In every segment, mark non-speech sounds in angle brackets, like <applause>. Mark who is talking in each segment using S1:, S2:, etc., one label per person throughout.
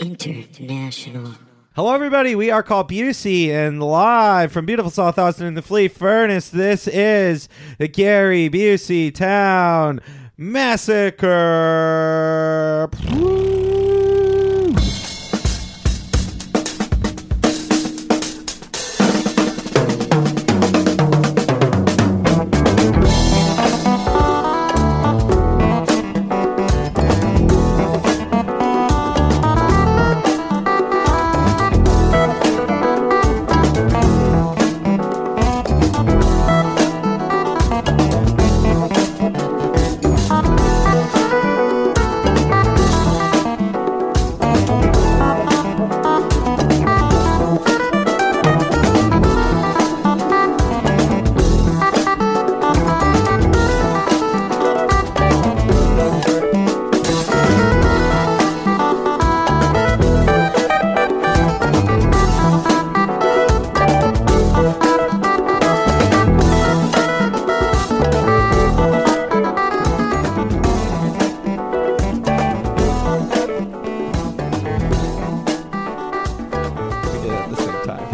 S1: International.
S2: Hello, everybody. We are called Busey and live from beautiful South Austin in the Flea Furnace. This is the Gary Busey Town Massacre. We did it at the same time.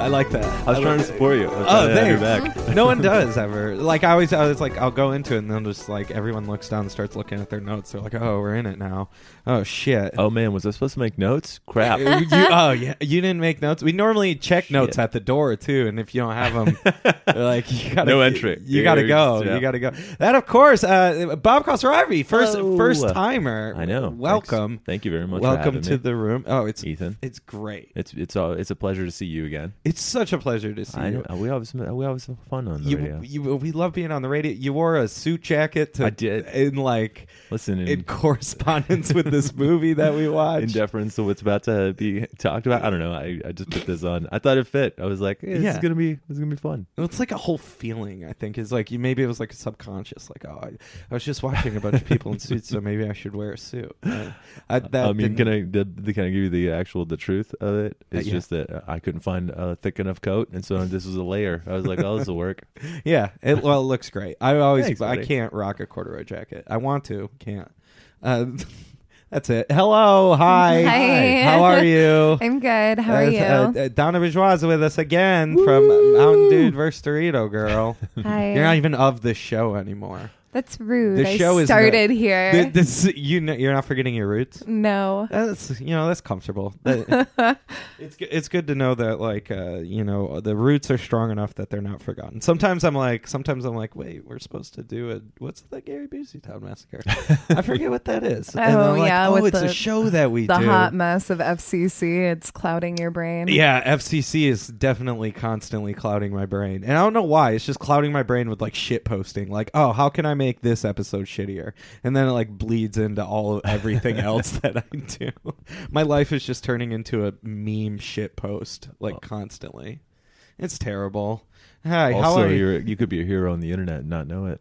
S2: I like that.
S3: I was trying to support you. I was
S2: Oh,
S3: trying to have your
S2: thanks.
S3: back.
S2: <laughs> no one does ever. Like I always, I was like, I'll go into it, and then just like everyone looks down and starts looking at their notes. They're like, "Oh, we're in it now." Oh shit.
S3: Oh man, was I supposed to make notes? Crap.
S2: You-
S3: <laughs>
S2: you- oh yeah, you didn't make notes. We normally check notes at the door too, and if you don't have
S3: <laughs>
S2: them, like you gotta
S3: No entry.
S2: You gotta
S3: You're
S2: go.
S3: just- yeah.
S2: You gotta go. That of course, uh, Bob Kosravi, first
S3: Hello.
S2: first timer.
S3: I know.
S2: Welcome.
S3: Thanks. Thank you very much. for
S2: Welcome
S3: having
S2: to
S3: me,
S2: the room. Oh, it's
S3: Ethan.
S2: It's great.
S3: It's it's a it's a pleasure to see you again.
S2: It's such a pleasure to see
S3: I
S2: you.
S3: know we always we always have fun on the
S2: You,
S3: radio.
S2: you, we love being on the radio. You wore a suit jacket to
S3: I did.
S2: in like
S3: Listen, in,
S2: in
S3: in,
S2: correspondence with this
S3: <laughs>
S2: movie that we watched.
S3: deference to what's about to be talked about, I don't know. I, I just put this on. I thought it fit. I was like, eh, this
S2: Yeah.
S3: is gonna be this is gonna be fun.
S2: It's like a whole feeling. I think is like you. Maybe it was like a subconscious. Like oh, I, I was just watching a bunch of
S3: <laughs>
S2: people in suits, so maybe I should wear a suit. Uh, I, that
S3: I mean,
S2: didn't-
S3: can I the, the, can I give you the actual the truth of it? It's
S2: yeah.
S3: just that I couldn't find a thick enough coat, and so this was a layer. I was like, oh, this
S2: <laughs>
S3: will work.
S2: <laughs> Yeah. It, well, it looks great. I always.
S3: Thanks,
S2: I
S3: buddy.
S2: can't rock a corduroy jacket. I want to. Can't. Uh, <laughs> that's it. Hello. Hi.
S4: Hi.
S2: How are
S4: <laughs>
S2: you?
S4: I'm good. How are
S2: Uh,
S4: you?
S2: Uh, uh, Donna Bourgeois is with us again from Mountain Dude versus Dorito
S4: <laughs>
S2: Girl.
S4: Hi.
S2: uh, You're not even of this show anymore.
S4: That's rude.
S2: The
S4: I
S2: show is
S4: started
S2: no-
S4: here.
S2: Th- This, you know, you're not forgetting your roots.
S4: no.
S2: That's you know that's
S4: <laughs>
S2: comfortable. That- it's g- it's good to know that like uh, you know the roots are strong enough that they're not forgotten. Sometimes I'm like sometimes I'm like wait we're supposed to do a what's the Gary Busey Town Massacre? I forget what that is. And
S4: Oh,
S2: I'm like,
S4: yeah,
S2: oh
S4: with
S2: it's a
S4: the-
S2: show that we
S4: The
S2: do.
S4: hot mess of FCC. It's clouding your brain.
S2: Yeah, FCC is definitely constantly clouding my brain. And I don't know why. It's just clouding my brain with like shit posting. Like, oh, how can I make this episode shittier? And then it like bleeds into all
S3: <laughs>
S2: everything else that I do. My life is just turning into a meme shit post like constantly. It's terrible. Hi, how
S3: also,
S2: are you?
S3: you're you could be a hero on the internet and not know it.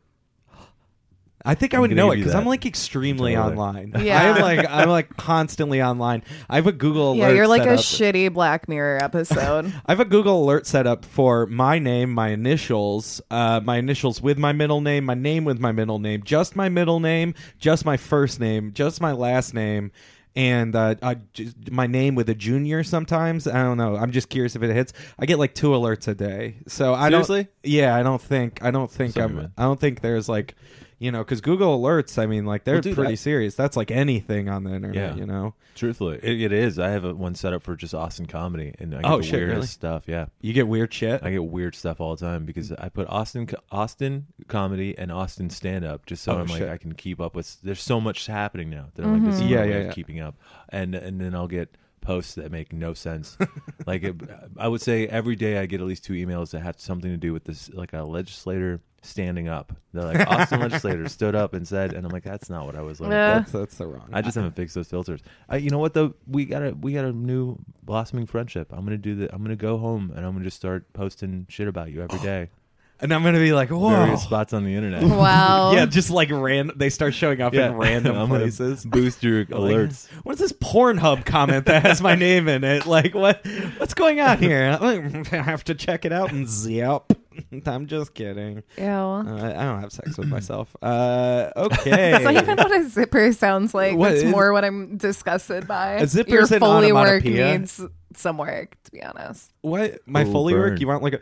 S2: I think I
S3: I'm
S2: would
S3: gonna
S2: know
S3: give
S2: it
S3: you
S2: because I'm
S3: that.
S2: like extremely
S3: Totally.
S2: online.
S4: Yeah.
S2: I'm like I'm like constantly online. I have a Google.
S4: Yeah,
S2: alert
S4: you're like
S2: set
S4: a
S2: up.
S4: shitty Black Mirror episode.
S2: <laughs>
S4: <laughs>
S2: I have a Google alert set up for my name, my initials, uh, my initials with my middle name, my name with my middle name, just my middle name, just my first name, just my last name, and uh, I, just, my name with a junior sometimes. I don't know. I'm just curious if it hits. I get like two alerts a day. So I
S3: Seriously?
S2: don't. Yeah, I don't think. I don't think
S3: Sorry,
S2: I'm.
S3: man.
S2: I don't think there's like. You know, because Google alerts, I mean, like they're
S3: Well, dude,
S2: pretty
S3: I-
S2: serious. That's like anything on the internet,
S3: Yeah.
S2: you know.
S3: Truthfully, it, it is. I have a, one set up for just Austin comedy, and I get
S2: Oh,
S3: the
S2: shit,
S3: weirdest
S2: really?
S3: stuff. Yeah,
S2: You get weird shit.
S3: I get weird stuff all the time because I put Austin co- Austin comedy and Austin stand up just so
S2: Oh,
S3: I'm like
S2: shit.
S3: I can keep up with. There's so much happening now that I'm like this is
S2: Yeah,
S3: my
S2: yeah,
S3: way
S2: yeah.
S3: of keeping up, and and then I'll get posts that make no sense. <laughs> like it, I would say every day I get at least two emails that have something to do with this, like a legislator standing up. They're like <laughs> Austin legislator stood up and said, and I'm like that's not what I was looking
S4: Yeah.
S3: for.
S2: that's, that's the wrong.
S3: I just haven't fixed those filters. I, you know what though? We got a we got a new blossoming friendship. I'm gonna do the. I'm gonna go home and I'm gonna just start posting shit about you every day.
S2: and I'm gonna be like, <gasps> whoa,
S3: various spots on the
S2: <laughs>
S3: internet.
S4: Wow.
S2: yeah, just like ran. They start showing up
S3: Yeah. <laughs>
S2: in random
S3: I'm gonna
S2: places.
S3: Boost
S2: <laughs>
S3: your
S2: Like,
S3: alerts.
S2: What's this Pornhub comment that has
S3: <laughs>
S2: my name in it? Like, what? What's going on here? I have to check it out and zip. <laughs> I'm just kidding.
S4: Ew.
S2: Uh, I don't have sex with myself.
S3: <laughs>
S2: Uh, okay.
S4: That's not even what a zipper sounds like.
S2: What
S4: That's
S2: is-
S4: more what I'm disgusted by.
S2: A zipper
S4: Your
S2: is an
S4: Foley work
S2: onomatopoeia?
S4: needs some work, to be honest.
S2: what my
S3: Ooh,
S2: Foley
S3: burn.
S2: work? You want like a?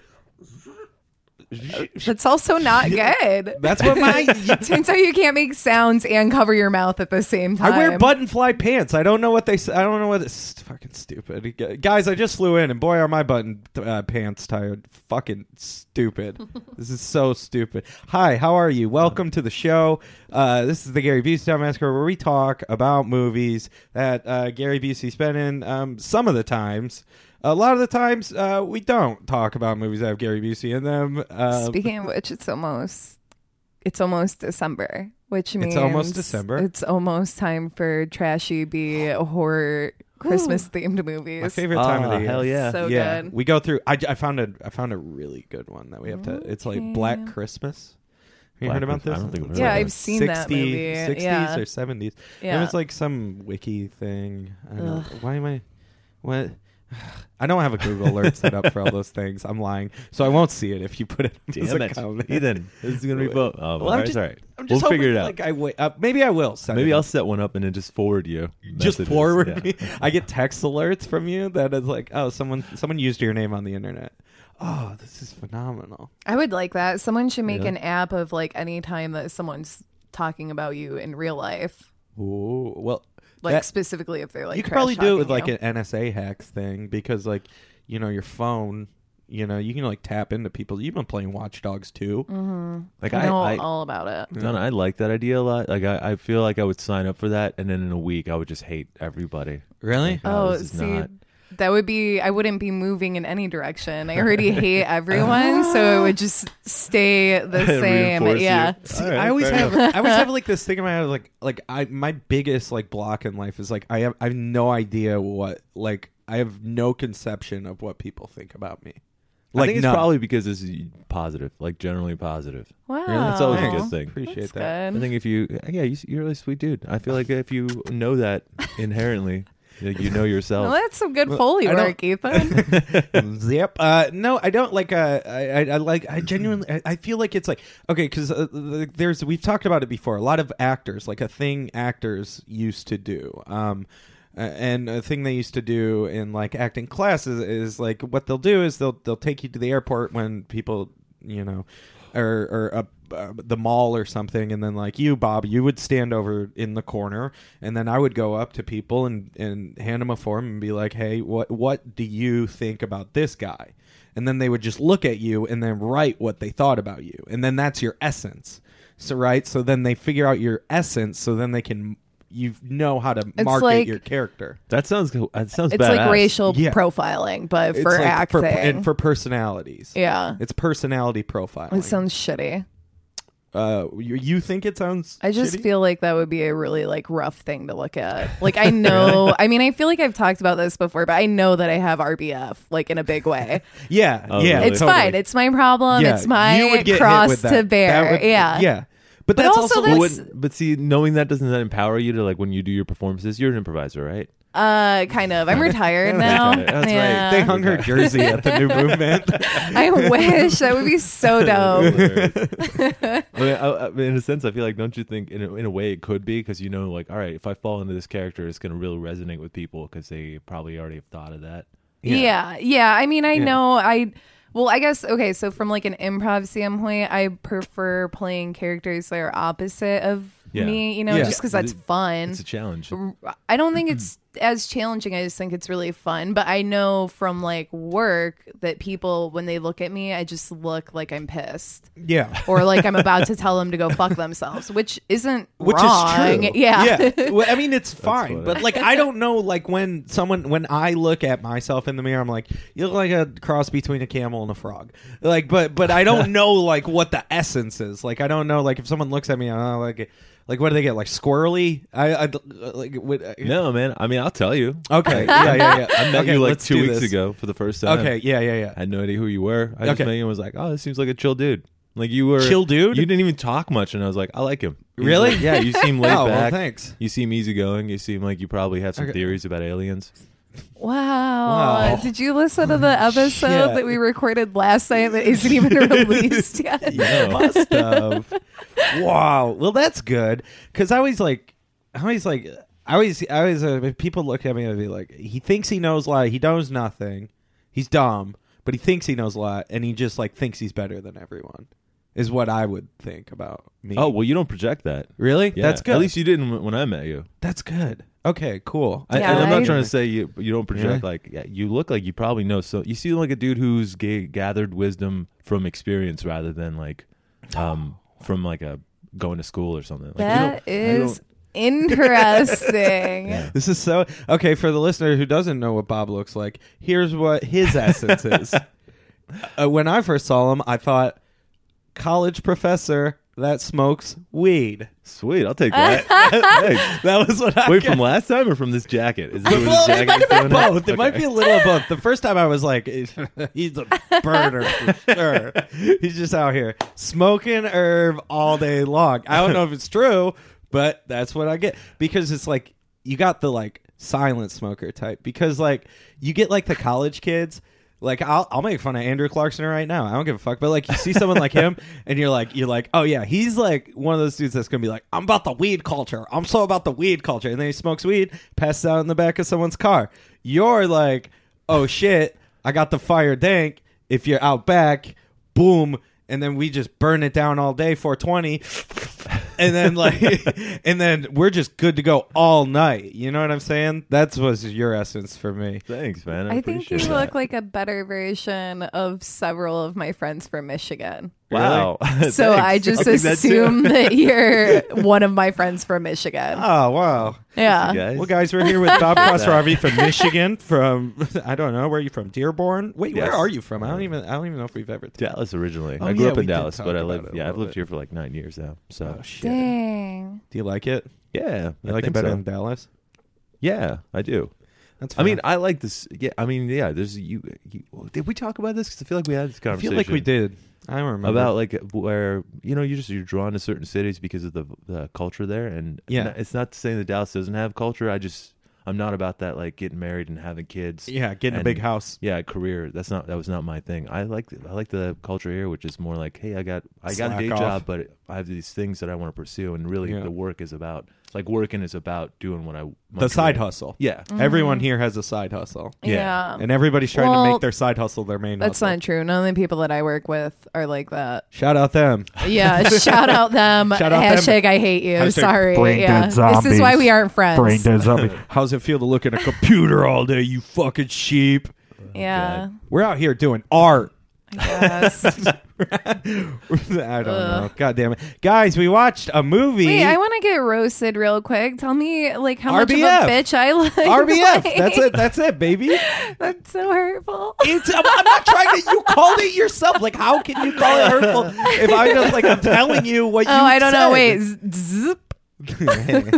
S3: <laughs>
S4: That's
S2: <laughs>
S4: also not good.
S2: That's what
S4: <laughs>
S2: my.
S4: Turns out you can't make sounds and cover your mouth at the same time.
S2: I wear button fly pants. I don't know what they. s- I don't know what it's fucking stupid. Gu- Guys, I just flew in, and boy, are my button uh, pants tired. Fucking stupid.
S4: <laughs>
S2: this is so stupid. Hi, how are you? Welcome to the show. Uh, this is the Gary Busey Time Massacre, where we talk about movies that uh, Gary Busey's been in. Um, some of the times, a lot of the times, uh, we don't talk about movies that have Gary Busey in them. Um,
S4: Speaking of which, it's almost it's almost December, which means
S2: almost December.
S4: It's almost time for trashy
S2: <gasps>
S4: B horror Christmas themed movies.
S2: my favorite time of
S3: Ah,
S2: the year.
S3: hell yeah.
S4: So
S2: yeah,
S4: good.
S2: we go through. I, I found a I found a really good one that we have to. It's like Black
S4: Okay.
S2: Christmas. Have you
S3: Black
S2: heard about
S3: Christmas?
S2: this?
S3: I don't think I've
S2: It's
S3: heard
S4: Yeah,
S3: of
S2: like
S4: I've seen that movie.
S2: 60s
S4: Yeah.
S2: or seventies.
S4: Yeah.
S2: It was like some wiki thing. I don't know.
S4: Ugh.
S2: Why am I? What? <sighs> I don't have a Google alert set up for all those things. I'm lying, so I won't see it if you put it. as
S3: <laughs> Damn
S2: a
S3: it,
S2: comment.
S3: Ethan. This is
S2: <laughs>
S3: gonna be both. Oh,
S2: Well,
S3: all
S2: I'm
S3: right,
S2: just-
S3: all right.
S2: I'm
S3: We'll
S2: just hoping,
S3: figure it out.
S2: Like I wait. Uh, maybe I will. Set
S3: Maybe
S2: it
S3: I'll
S2: up.
S3: set one up and then just forward you.
S2: just
S3: messages.
S2: forward <laughs>
S3: Yeah.
S2: me. I get text alerts from you that is like, oh, someone someone used your name on the internet. Oh, this is phenomenal.
S4: I would like that. Someone should make
S3: Yeah.
S4: an app of like any time that someone's talking about you in real life.
S2: Ooh, well,
S4: Like
S2: that-
S4: specifically if they're like
S2: you could probably do it with
S4: trash-talking
S2: like
S4: you.
S2: an NSA hacks thing because like, you know, your phone, you know, you can like tap into people. You've been playing Watch Dogs too. <laughs>
S3: Like
S4: I
S3: I,
S4: know
S3: I,
S4: all about it.
S3: no, no, I like that idea a lot. Like I, I feel like I would sign up for that, and then in a week I would just hate everybody.
S2: Really?
S3: No,
S4: oh,
S3: this is
S4: see,
S3: not-
S4: that would be I wouldn't be moving in any direction. I already hate everyone, so it would just stay the same.
S3: <laughs> Reinforce you.
S4: Yeah.
S3: All right,
S2: I always
S3: fair
S2: have
S3: enough.
S2: I always have like this thing in my head like like I my biggest like block in life is like I have I have no idea what like I have no conception of what people think about me.
S3: I
S2: Like
S3: think it's
S2: none.
S3: probably because this is positive, like generally positive.
S4: Wow.
S3: That's always a
S2: Thanks.
S3: good thing.
S2: Appreciate
S4: That's
S2: that.
S3: I
S4: good.
S3: think if you, yeah, you, you're a really sweet dude. I feel like if you know that inherently, like you know
S4: Well,
S3: yourself.
S4: that's some good
S2: Well,
S4: foley
S2: I don't-
S4: work, Ethan.
S2: <laughs> yep. Uh, no, I don't like. Uh, I, I, I like. I genuinely. I, I feel like it's like okay, because uh, like, there's we've talked about it before. A lot of actors, like a thing actors used to do. Um, uh, and a thing they used to do in like acting classes is like what they'll do is they'll they'll take you to the airport when people you know, or or up, uh, the mall or something, and then like you, Bob, you would stand over in the corner, and then I would go up to people and and hand them a form and be like, hey, what what do you think about this guy? And then they would just look at you and then write what they thought about you, and then that's your essence. So right, so then they figure out your essence, so then they can you know how to market
S4: like-
S2: your character.
S3: that sounds cool. That sounds
S4: it's
S3: badass.
S4: like racial
S2: Yeah.
S4: profiling, but
S2: It's
S4: for
S2: like
S4: acting.
S2: and for personalities.
S4: yeah.
S2: It's personality profiling.
S4: It sounds shitty.
S2: uh, you, you think it sounds?
S4: I just
S2: shitty?
S4: feel like that would be a really like rough thing to look at. Like I know, I mean, I feel like I've talked about this before, but I know that I have RBF like in a big way.
S2: Yeah,
S3: Oh,
S2: yeah,
S3: really?
S4: It's
S2: totally.
S4: fine. It's my problem.
S2: Yeah,
S4: it's my
S2: you would get hit
S4: cross
S2: with that.
S4: to bear.
S2: That would-
S4: yeah.
S2: yeah. But, that's
S4: also
S2: also,
S4: that's-
S3: But, what- but see, knowing that doesn't that empower you to like when you do your performances? You're an improviser, right?
S4: Uh, kind of.
S2: <laughs>
S4: I'm retired now.
S3: That's right.
S4: yeah.
S2: they hung her jersey at
S4: <laughs>
S2: the new movement. <laughs>
S4: I wish that would be so dope.
S3: Hilarious. <laughs> I mean, I, I, in a sense, I feel like don't you think in a, in a way it could be because you know, like, all right, if I fall into this character, it's going to really resonate with people because they probably already have thought of that.
S2: Yeah.
S4: Yeah. yeah. I mean, I know I well, I guess okay, so from like an improv standpoint, I prefer playing characters that are opposite of
S3: Yeah.
S4: me, you know,
S2: Yeah.
S4: just because that's fun.
S3: It's a challenge.
S4: I don't
S2: Mm-hmm.
S4: think it's as challenging. I just think it's really fun. But I know from like work that people, when they look at me, I just look like I'm pissed
S2: yeah.
S4: or like I'm about to tell them to go fuck themselves, which isn't
S2: Which is
S4: wrong.
S2: true.
S4: Yeah.
S2: Well, I mean, it's fine,
S3: funny.
S2: but like, I don't know. Like when someone, when I look at myself in the mirror, I'm like, you look like a cross between a camel and a frog. Like, but but I
S3: <laughs>
S2: don't know like what the essence is. Like, I don't know. Like if someone looks at me, I don't know, like like what do they get? Like squirrely? I, I like what,
S3: No, man. I mean, I'll tell you. <laughs>
S2: Okay. Yeah, yeah, yeah.
S3: I met
S2: Oh, okay,
S3: you like
S2: let's
S3: two
S2: do
S3: weeks
S2: this.
S3: ago for the first time.
S2: Okay. Yeah, yeah,
S3: I
S2: yeah.
S3: had no idea who you were. I just
S2: Okay.
S3: met you and was like, oh, this seems like a chill dude. Like you were
S2: Chill dude?
S3: You didn't even talk much, and I was like, I like him. He was
S2: Really?
S3: like, yeah,
S2: <laughs>
S3: you seem laid
S2: oh, well,
S3: back.
S2: thanks.
S3: you seem easygoing. You seem like you probably have some
S2: Okay.
S3: theories
S2: <laughs>
S3: about aliens.
S4: <laughs> Wow.
S2: Wow.
S4: Did you listen to the episode
S2: Shit.
S4: that we recorded last night that
S3: <laughs>
S4: isn't even released yet?
S3: No. <laughs>
S2: stuff. wow. Well, that's good because I always like, I always like, I always, I always. Uh, if people look at me and be like, he thinks he knows a lot. He knows nothing. He's dumb, but he thinks he knows a lot, and he just like thinks he's better than everyone. Is what I would think about me.
S3: oh well, you don't project that.
S2: really?
S3: Yeah.
S2: That's good.
S3: At least you didn't when- when I met you.
S2: that's good. Okay, cool.
S3: I,
S4: Yeah,
S3: and I'm not
S4: I-
S3: trying to say you you don't project
S2: Yeah.
S3: like yeah, you look like you probably know. So you seem like a dude who's ga- gathered wisdom from experience rather than like um from like a going to school or something. Like, you
S4: That
S3: don't- I don't-
S4: is
S3: <laughs>
S4: interesting.
S3: Yeah.
S2: This is so okay for the listener who doesn't know what Bob looks like. Here's what his essence
S3: <laughs>
S2: is. Uh, when I first saw him, I thought college professor that smokes weed.
S3: Sweet, I'll take that. Thanks.
S2: That was what I
S3: Wait,
S2: got.
S3: from last time or from this jacket? Is this
S2: Well,
S3: what this
S2: it might
S3: jacket is
S2: have
S3: doing
S2: been
S3: now?
S2: both. It might be
S3: Okay.
S2: a little of both. The first time I was like, <laughs> he's a burner for sure. He's just out here smoking herb all day long. I don't know if it's true, but that's what I get because it's like you got the like silent smoker type because like you get like the college kids. Like I'll, I'll make fun of Andrew Clarkson right now. I don't give a fuck. But like you see someone like him, and you're like you're like, oh yeah, he's like one of those dudes that's gonna be like, I'm about the weed culture. I'm so about the weed culture. And then he smokes weed, passes out in the back of someone's car. You're like, oh shit, I got the fire dank. If you're out back, boom, and then we just burn it down all day, 420, and then like, <laughs> and then we're just good to go all night. You know what I'm saying? That's was your essence for me.
S3: Thanks, man. I,
S4: I think you
S3: appreciate that.
S4: look like a better version of several of my friends
S3: <laughs>
S4: from Michigan.
S3: wow.
S4: So
S3: Thanks.
S4: I
S3: I'll
S4: just
S3: take that too.
S4: assume that you're one of my friends from Michigan.
S2: Oh wow.
S3: <laughs>
S4: yeah.
S3: guys.
S2: Well, guys, we're here with
S3: <laughs>
S2: Bob Kosravi from Michigan. From <laughs> I don't know where are you from, Dearborn. Wait,
S3: Yes.
S2: where are you from? I don't even I don't even know if we've ever.
S3: Dallas originally.
S2: Oh,
S3: I grew
S2: yeah,
S3: up
S2: we
S3: in
S2: did
S3: Dallas,
S2: talk
S3: but I
S2: about
S3: lived.
S2: it a
S3: Yeah, I've
S2: little
S3: lived
S2: bit.
S3: here for like nine years now. So
S2: oh shit!
S4: Dang.
S2: Do you like it?
S3: yeah,
S2: You
S3: I
S2: like it
S3: think
S2: better
S3: so.
S2: than Dallas?
S3: Yeah, I do.
S2: That's.
S3: I mean,
S2: fine.
S3: I like this. Yeah, I mean, yeah. There's you. you did we talk about this? Because I feel like we had this
S2: I
S3: conversation.
S2: feel like we did. I don't remember
S3: about like where you know you just you're drawn to certain cities because of the the culture there, and
S2: Yeah.
S3: n- it's not saying that Dallas doesn't have culture. I just I'm not about that like getting married and having kids.
S2: yeah, getting a
S3: and-
S2: big house.
S3: Yeah, career. That's not that was not my thing. I like I like the culture here, which is more like, hey, I got I got
S2: Slack
S3: a day
S2: off.
S3: job, but I have these things that I want to pursue, and really
S2: Yeah.
S3: the work is about like working is about doing what I my
S2: The side
S3: career.
S2: hustle.
S3: Yeah,
S2: Everyone here has a side hustle,
S3: Yeah.
S4: Mm-hmm. Yeah.
S2: and everybody's trying to
S4: Well,
S2: make their side hustle their main.
S4: That's
S2: hustle.
S4: not true. None of the people that I work with are like that.
S2: Shout out them.
S4: Yeah, shout
S3: <laughs>
S4: out them.
S2: Shout out them.
S4: Hashtag I hate you.
S2: Hashtag
S4: Sorry.
S1: brain
S4: yeah. This
S1: dead
S4: is
S1: zombies.
S4: why we aren't friends.
S1: brain dead zombie.
S2: How's it feel to look at a computer all day, you fucking sheep?
S4: Yeah.
S2: We're out here doing art.
S3: <laughs>
S4: Yes.
S2: <laughs> I don't know. God damn it, guys! We watched a movie.
S4: Wait, I want to get roasted real quick. Tell me like how much
S2: RBF.
S4: of a bitch I look. <laughs>
S2: RBF.
S4: like.
S2: That's it. That's it, baby.
S4: That's so hurtful.
S2: It's. I'm, I'm not trying to. You called it yourself. Like, how can you call it hurtful if I just like I'm telling you what you?
S4: Oh, I don't
S2: said.
S4: know. Wait. Z- Zip. <laughs>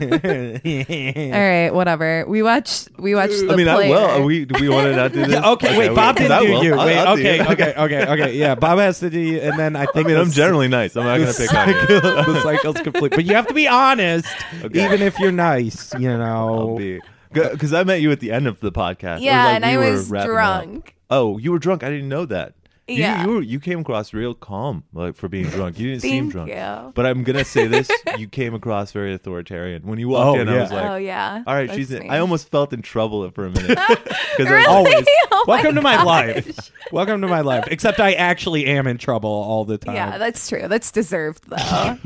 S4: All right, whatever. We watched. We watched. The
S3: I mean, I
S4: player.
S3: will. Are we do we want to not do
S2: <laughs>
S3: this?
S2: Yeah, okay, wait.
S3: we-
S2: Bob
S3: 'cause
S2: didn't
S3: I
S2: do
S3: will.
S2: you.
S3: I'll-
S2: Wait.
S3: I'll do
S2: okay.
S3: it.
S2: Okay. Okay. Okay. Yeah. Bob has to do. you, And then I
S3: <laughs> I
S2: think.
S3: mean,
S2: <laughs>
S3: I'm
S2: this-
S3: generally nice. I'm not
S2: the
S3: gonna pick on
S2: <laughs>
S3: you.
S2: cycle- the cycle's complete, but you have to be honest,
S3: Okay.
S2: even if you're nice. You know,
S3: Because I met you at the end of the podcast. It was
S4: Yeah,
S3: like
S4: and
S3: we
S4: I
S3: were
S4: was
S3: wrapping up.
S4: drunk.
S3: Oh, you were drunk. I didn't know that. You-
S4: Yeah.
S3: you, were, you came across real calm, like for being drunk. You didn't seem drunk.
S4: Thank you.
S3: But I'm gonna say
S2: <laughs>
S3: this: you came across very authoritarian when you walked
S2: Oh,
S3: in.
S2: yeah.
S3: I was like,
S4: oh yeah.
S3: "All right,
S4: That's
S3: she's." In.
S4: me.
S3: I almost felt in trouble for a
S2: <laughs>
S3: minute because
S4: Really?
S2: always.
S4: <laughs> Oh
S2: <laughs>
S4: my
S2: Welcome to my
S4: gosh.
S2: life. Welcome to my life. Except I actually am in trouble all the time.
S4: Yeah, that's true. That's deserved
S2: <laughs>
S4: though.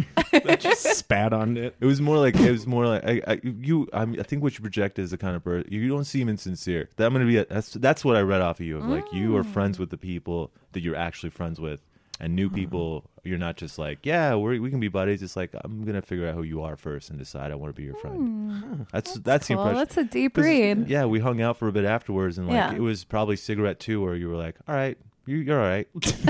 S2: just spat on it.
S3: It was more like it was more like I, I you. I'm, I think what you project is the kind of person you don't seem insincere. That I'm gonna be. A, that's that's what I read off of you. Of like you
S4: Mm.
S3: are friends with the people that you're actually friends with, and
S4: Mm-hmm.
S3: new people. You're not just like yeah, we we can be buddies. It's like I'm gonna figure out who you are first and decide I want to be your friend. That's that's, the
S4: well,
S3: impression.
S4: Hmm. that's a deep
S3: 'Cause,
S4: read.
S3: Yeah, we hung out for a bit afterwards, and like
S4: Yeah.
S3: it was probably cigarette two, where you were like, all right. you, you're all
S4: <laughs>
S3: right. <laughs>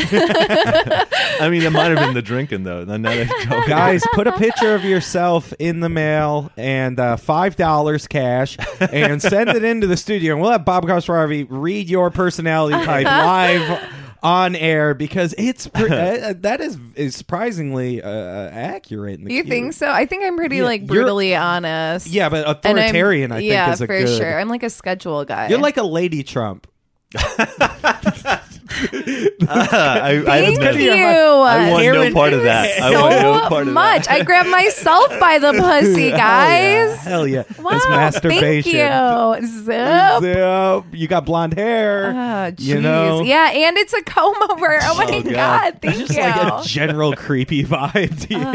S3: I mean, it might have been the drinking though. Now that
S4: <laughs>
S3: I don't-
S2: Guys, put a picture of yourself in the mail and uh, five dollars cash, and send it into the studio, and we'll have Bob Kosravi read your personality type live on air because it's pre- uh, uh, that is, is surprisingly uh, accurate. and
S4: You
S2: cute.
S4: think so? I think I'm pretty
S2: Yeah,
S4: like
S2: you're-
S4: brutally honest.
S2: Yeah, but
S4: And I'm-
S2: authoritarian, I think,
S4: yeah,
S2: is a
S4: for
S2: good.
S4: sure. I'm like a schedule guy.
S2: You're like a lady Trump.
S3: <laughs> I, I
S4: Thank
S3: admit it.
S4: you.
S3: I want no
S2: Karen
S3: part of <laughs> that. I want
S4: so
S3: no part of
S4: much.
S3: that.
S4: I grabbed myself
S2: <laughs>
S4: by the pussy, guys.
S2: Hell yeah. Hell yeah.
S4: Wow,
S2: Oh, It's masturbation.
S4: Thank you. Zip.
S2: Zip. You got blonde hair.
S4: Ah, jeez.
S2: you know?
S4: Yeah, and it's a comb over. Oh my
S3: Oh,
S4: god.
S3: God.
S4: Thank
S2: Just
S4: you.
S2: like a general creepy <laughs> vibe to you.
S4: Ugh,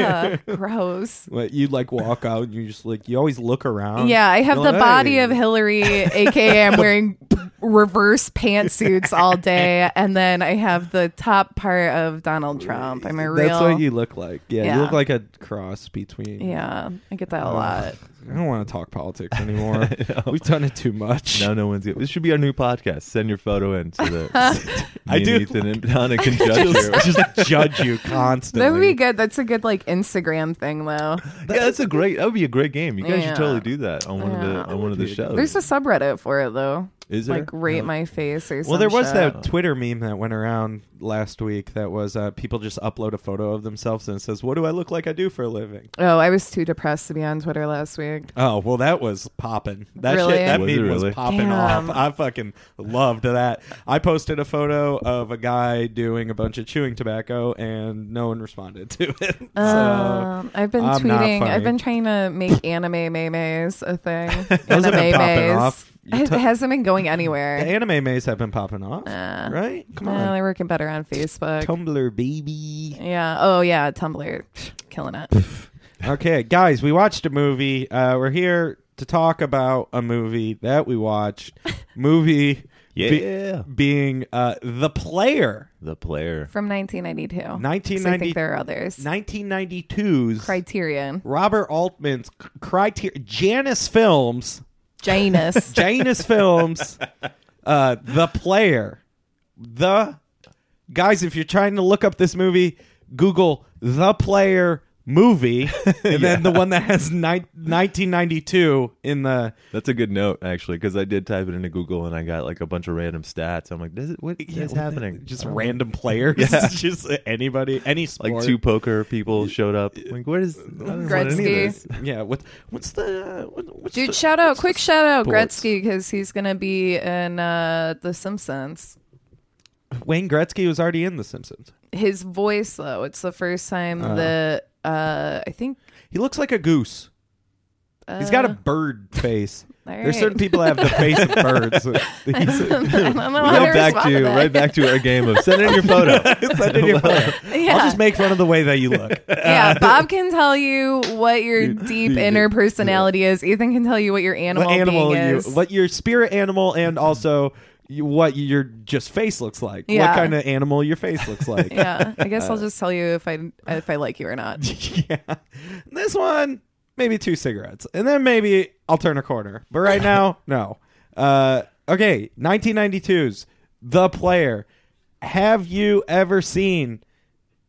S4: Ah, gross.
S2: What, you like walk out and you just like you always look around.
S4: Yeah, I have
S2: You're
S4: the
S2: like,
S4: body
S2: "Hey."
S4: of Hillary, aka I'm wearing reverse pantsuits all day, and then I have the top part of Donald Trump. I'm a real.
S2: That's what you look like. Yeah,
S4: Yeah.
S2: you look like a cross between.
S4: yeah, I get that a
S2: Ugh.
S4: lot.
S2: I don't want to talk
S4: <laughs>
S2: politics anymore. We've done it too much.
S3: No, no one's. This should be our new podcast. Send your photo in
S2: <laughs>
S3: to the.
S2: I
S3: Me
S2: do
S3: and
S2: <laughs>
S3: Ethan and Donna can judge you.
S2: just, <laughs> just judge you constantly.
S4: That would be good. That's a good like Instagram thing though.
S3: yeah, that's a great. That would be a great game. You guys
S4: Yeah.
S3: should totally do that on one
S4: Yeah.
S3: of the on one of the
S2: Oh.
S3: shows.
S4: There's a subreddit for it though.
S3: Is there?
S4: Like rate my face or something.
S2: Well, there was
S4: shit.
S2: that Twitter meme that went around last week that was uh, people just upload a photo of themselves and it says, "What do I look like I do for a living?"
S4: Oh, I was too depressed to be on Twitter last week.
S2: Oh, well, that was popping. That
S4: Really?
S2: shit, that
S3: Was it
S2: meme was
S3: really?
S2: popping
S4: Damn.
S2: off. I fucking loved that. I posted a photo of a guy doing a bunch of chewing tobacco, and no one responded to it. <laughs> So,
S4: Um, I've been
S2: I'm not
S4: tweeting.
S2: funny.
S4: I've been trying to make anime memes
S2: <laughs>
S4: a thing.
S2: Those have been
S4: Anime
S2: popping
S4: memes.
S2: off. You
S4: It
S2: t-
S4: hasn't been going
S2: the
S4: anywhere.
S2: anime maze have been popping off,
S4: Uh,
S2: right? Come
S4: well,
S2: on,
S4: they're working better on Facebook.
S2: Tumblr baby.
S4: yeah. Oh yeah. Tumblr, killing it.
S2: Okay, guys, we watched a movie. Uh, we're here to talk about a movie that we watched. Movie
S3: yeah,
S2: be- being uh, The Player,
S3: the player.
S4: From 1992.
S2: 1990
S4: So I think there are others.
S2: 1992's
S4: Criterion.
S2: Robert Altman's Criterion Janus Films, <laughs>
S4: Janus.
S2: Janus Films, uh, The Player. The guys, if you're trying to look up this movie, Google The Player movie and then the one that has ni- 1992 in the
S3: That's a good note actually, because I did type it into Google and I got like a bunch of random stats. I'm like, does it, what is happening? Oh.
S2: just random
S3: <laughs>
S2: players
S3: Yeah.
S2: <laughs> just anybody any sport
S3: like two poker people showed up. Like, what is I don't want any of
S4: Gretzky.
S3: this.
S2: yeah what what's the uh, what, what's
S4: Dude,
S2: the-
S4: shout out! Quick shout out,
S2: sports?
S4: Gretzky, because he's gonna be in uh, The Simpsons.
S2: Wayne Gretzky was already in the Simpsons
S4: His voice, though, it's the first time
S2: Uh.
S4: that uh, I think
S2: he looks like a goose
S4: uh,
S2: he's got a
S4: <laughs>
S2: bird face
S4: all
S2: There's certain
S4: right.
S2: people that have the face of birds. <laughs> He's-
S4: <laughs> I don't
S2: <laughs>
S4: know how to
S3: Right back
S4: respond
S3: to,
S4: to that.
S3: right back to our game of send in your photo.
S2: Send in your photo.
S4: <laughs> Yeah.
S2: I'll just make uh, fun of the way that you look.
S4: yeah, Bob can tell you
S2: <laughs>
S4: what your deep inner personality is. Ethan can tell you what your <laughs> animal,
S2: what animal
S4: being
S2: you,
S4: is.
S2: what your spirit animal, and also you, what your just face looks like.
S4: Yeah.
S2: What kind of animal your face looks
S4: <laughs>
S2: like.
S4: yeah, I guess I'll
S2: Uh,
S4: just tell you if I if I like you
S2: <laughs>
S4: or not.
S2: yeah. This one, maybe two cigarettes. And then maybe I'll turn a corner. But
S3: <laughs>
S2: right now, no. Uh, okay, 1992's The Player. Have you ever seen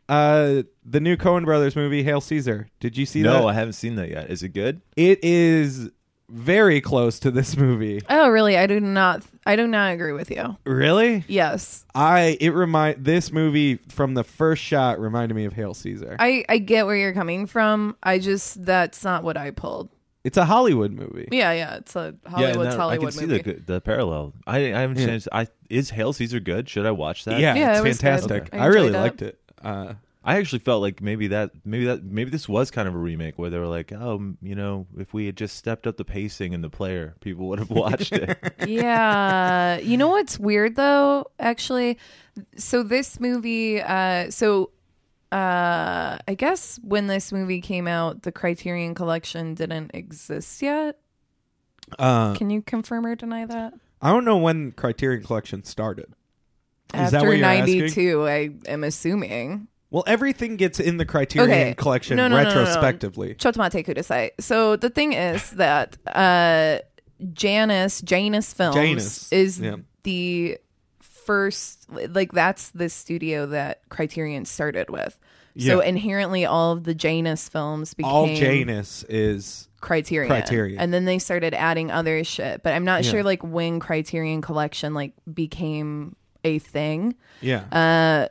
S2: uh, the new Coen Brothers movie, Hail Caesar? Did you see that?
S3: No, I haven't seen that yet. Is it good?
S2: It is very close to this movie.
S4: Oh, really? I do not. I do not agree with you.
S2: Really?
S4: Yes,
S2: I it remind this movie from the first shot reminded me of Hail Caesar.
S4: I I get where you're coming from. I just that's not what I pulled.
S2: It's a Hollywood movie.
S4: Yeah, yeah. It's a
S3: and
S4: Hollywood's
S3: that- I can
S4: Hollywood
S3: see
S4: movie.
S3: the the parallel. I I haven't
S2: Yeah.
S3: seen. it. I is Hail Caesar good? Should I watch that?
S2: Yeah,
S4: Yeah,
S2: it's
S4: it was good.
S2: fantastic.
S4: I
S2: I, really
S4: enjoyed it.
S2: liked it. Uh,
S3: I actually felt like maybe that maybe that maybe this was kind of a remake where they were like, oh, m- you know, if we had just stepped up the pacing and the player, people would have watched it.
S4: yeah. You know what's weird though, actually? So this movie, uh so uh I guess when this movie came out, the Criterion collection didn't exist yet.
S3: Um,
S2: uh,
S4: Can you confirm or deny that?
S2: I don't know when Criterion Collection started. Is that
S4: After
S2: what you're asking?
S4: ninety two, I am assuming.
S2: Well, everything gets in the Criterion
S4: Okay.
S2: Collection
S4: No, no, no, no, no.
S2: retrospectively.
S4: Chotomate kudasai. So the thing is that uh Janus, Janus Films
S2: Janus,
S4: is
S2: yeah.
S4: the first like that's the studio that Criterion started with. So
S2: Yeah.
S4: inherently all of the Janus films became
S2: All Janus is
S4: Criterion.
S2: Criterion.
S4: And then they started adding other shit, but I'm not sure like when Criterion Collection like became a thing.
S2: yeah.
S4: Uh,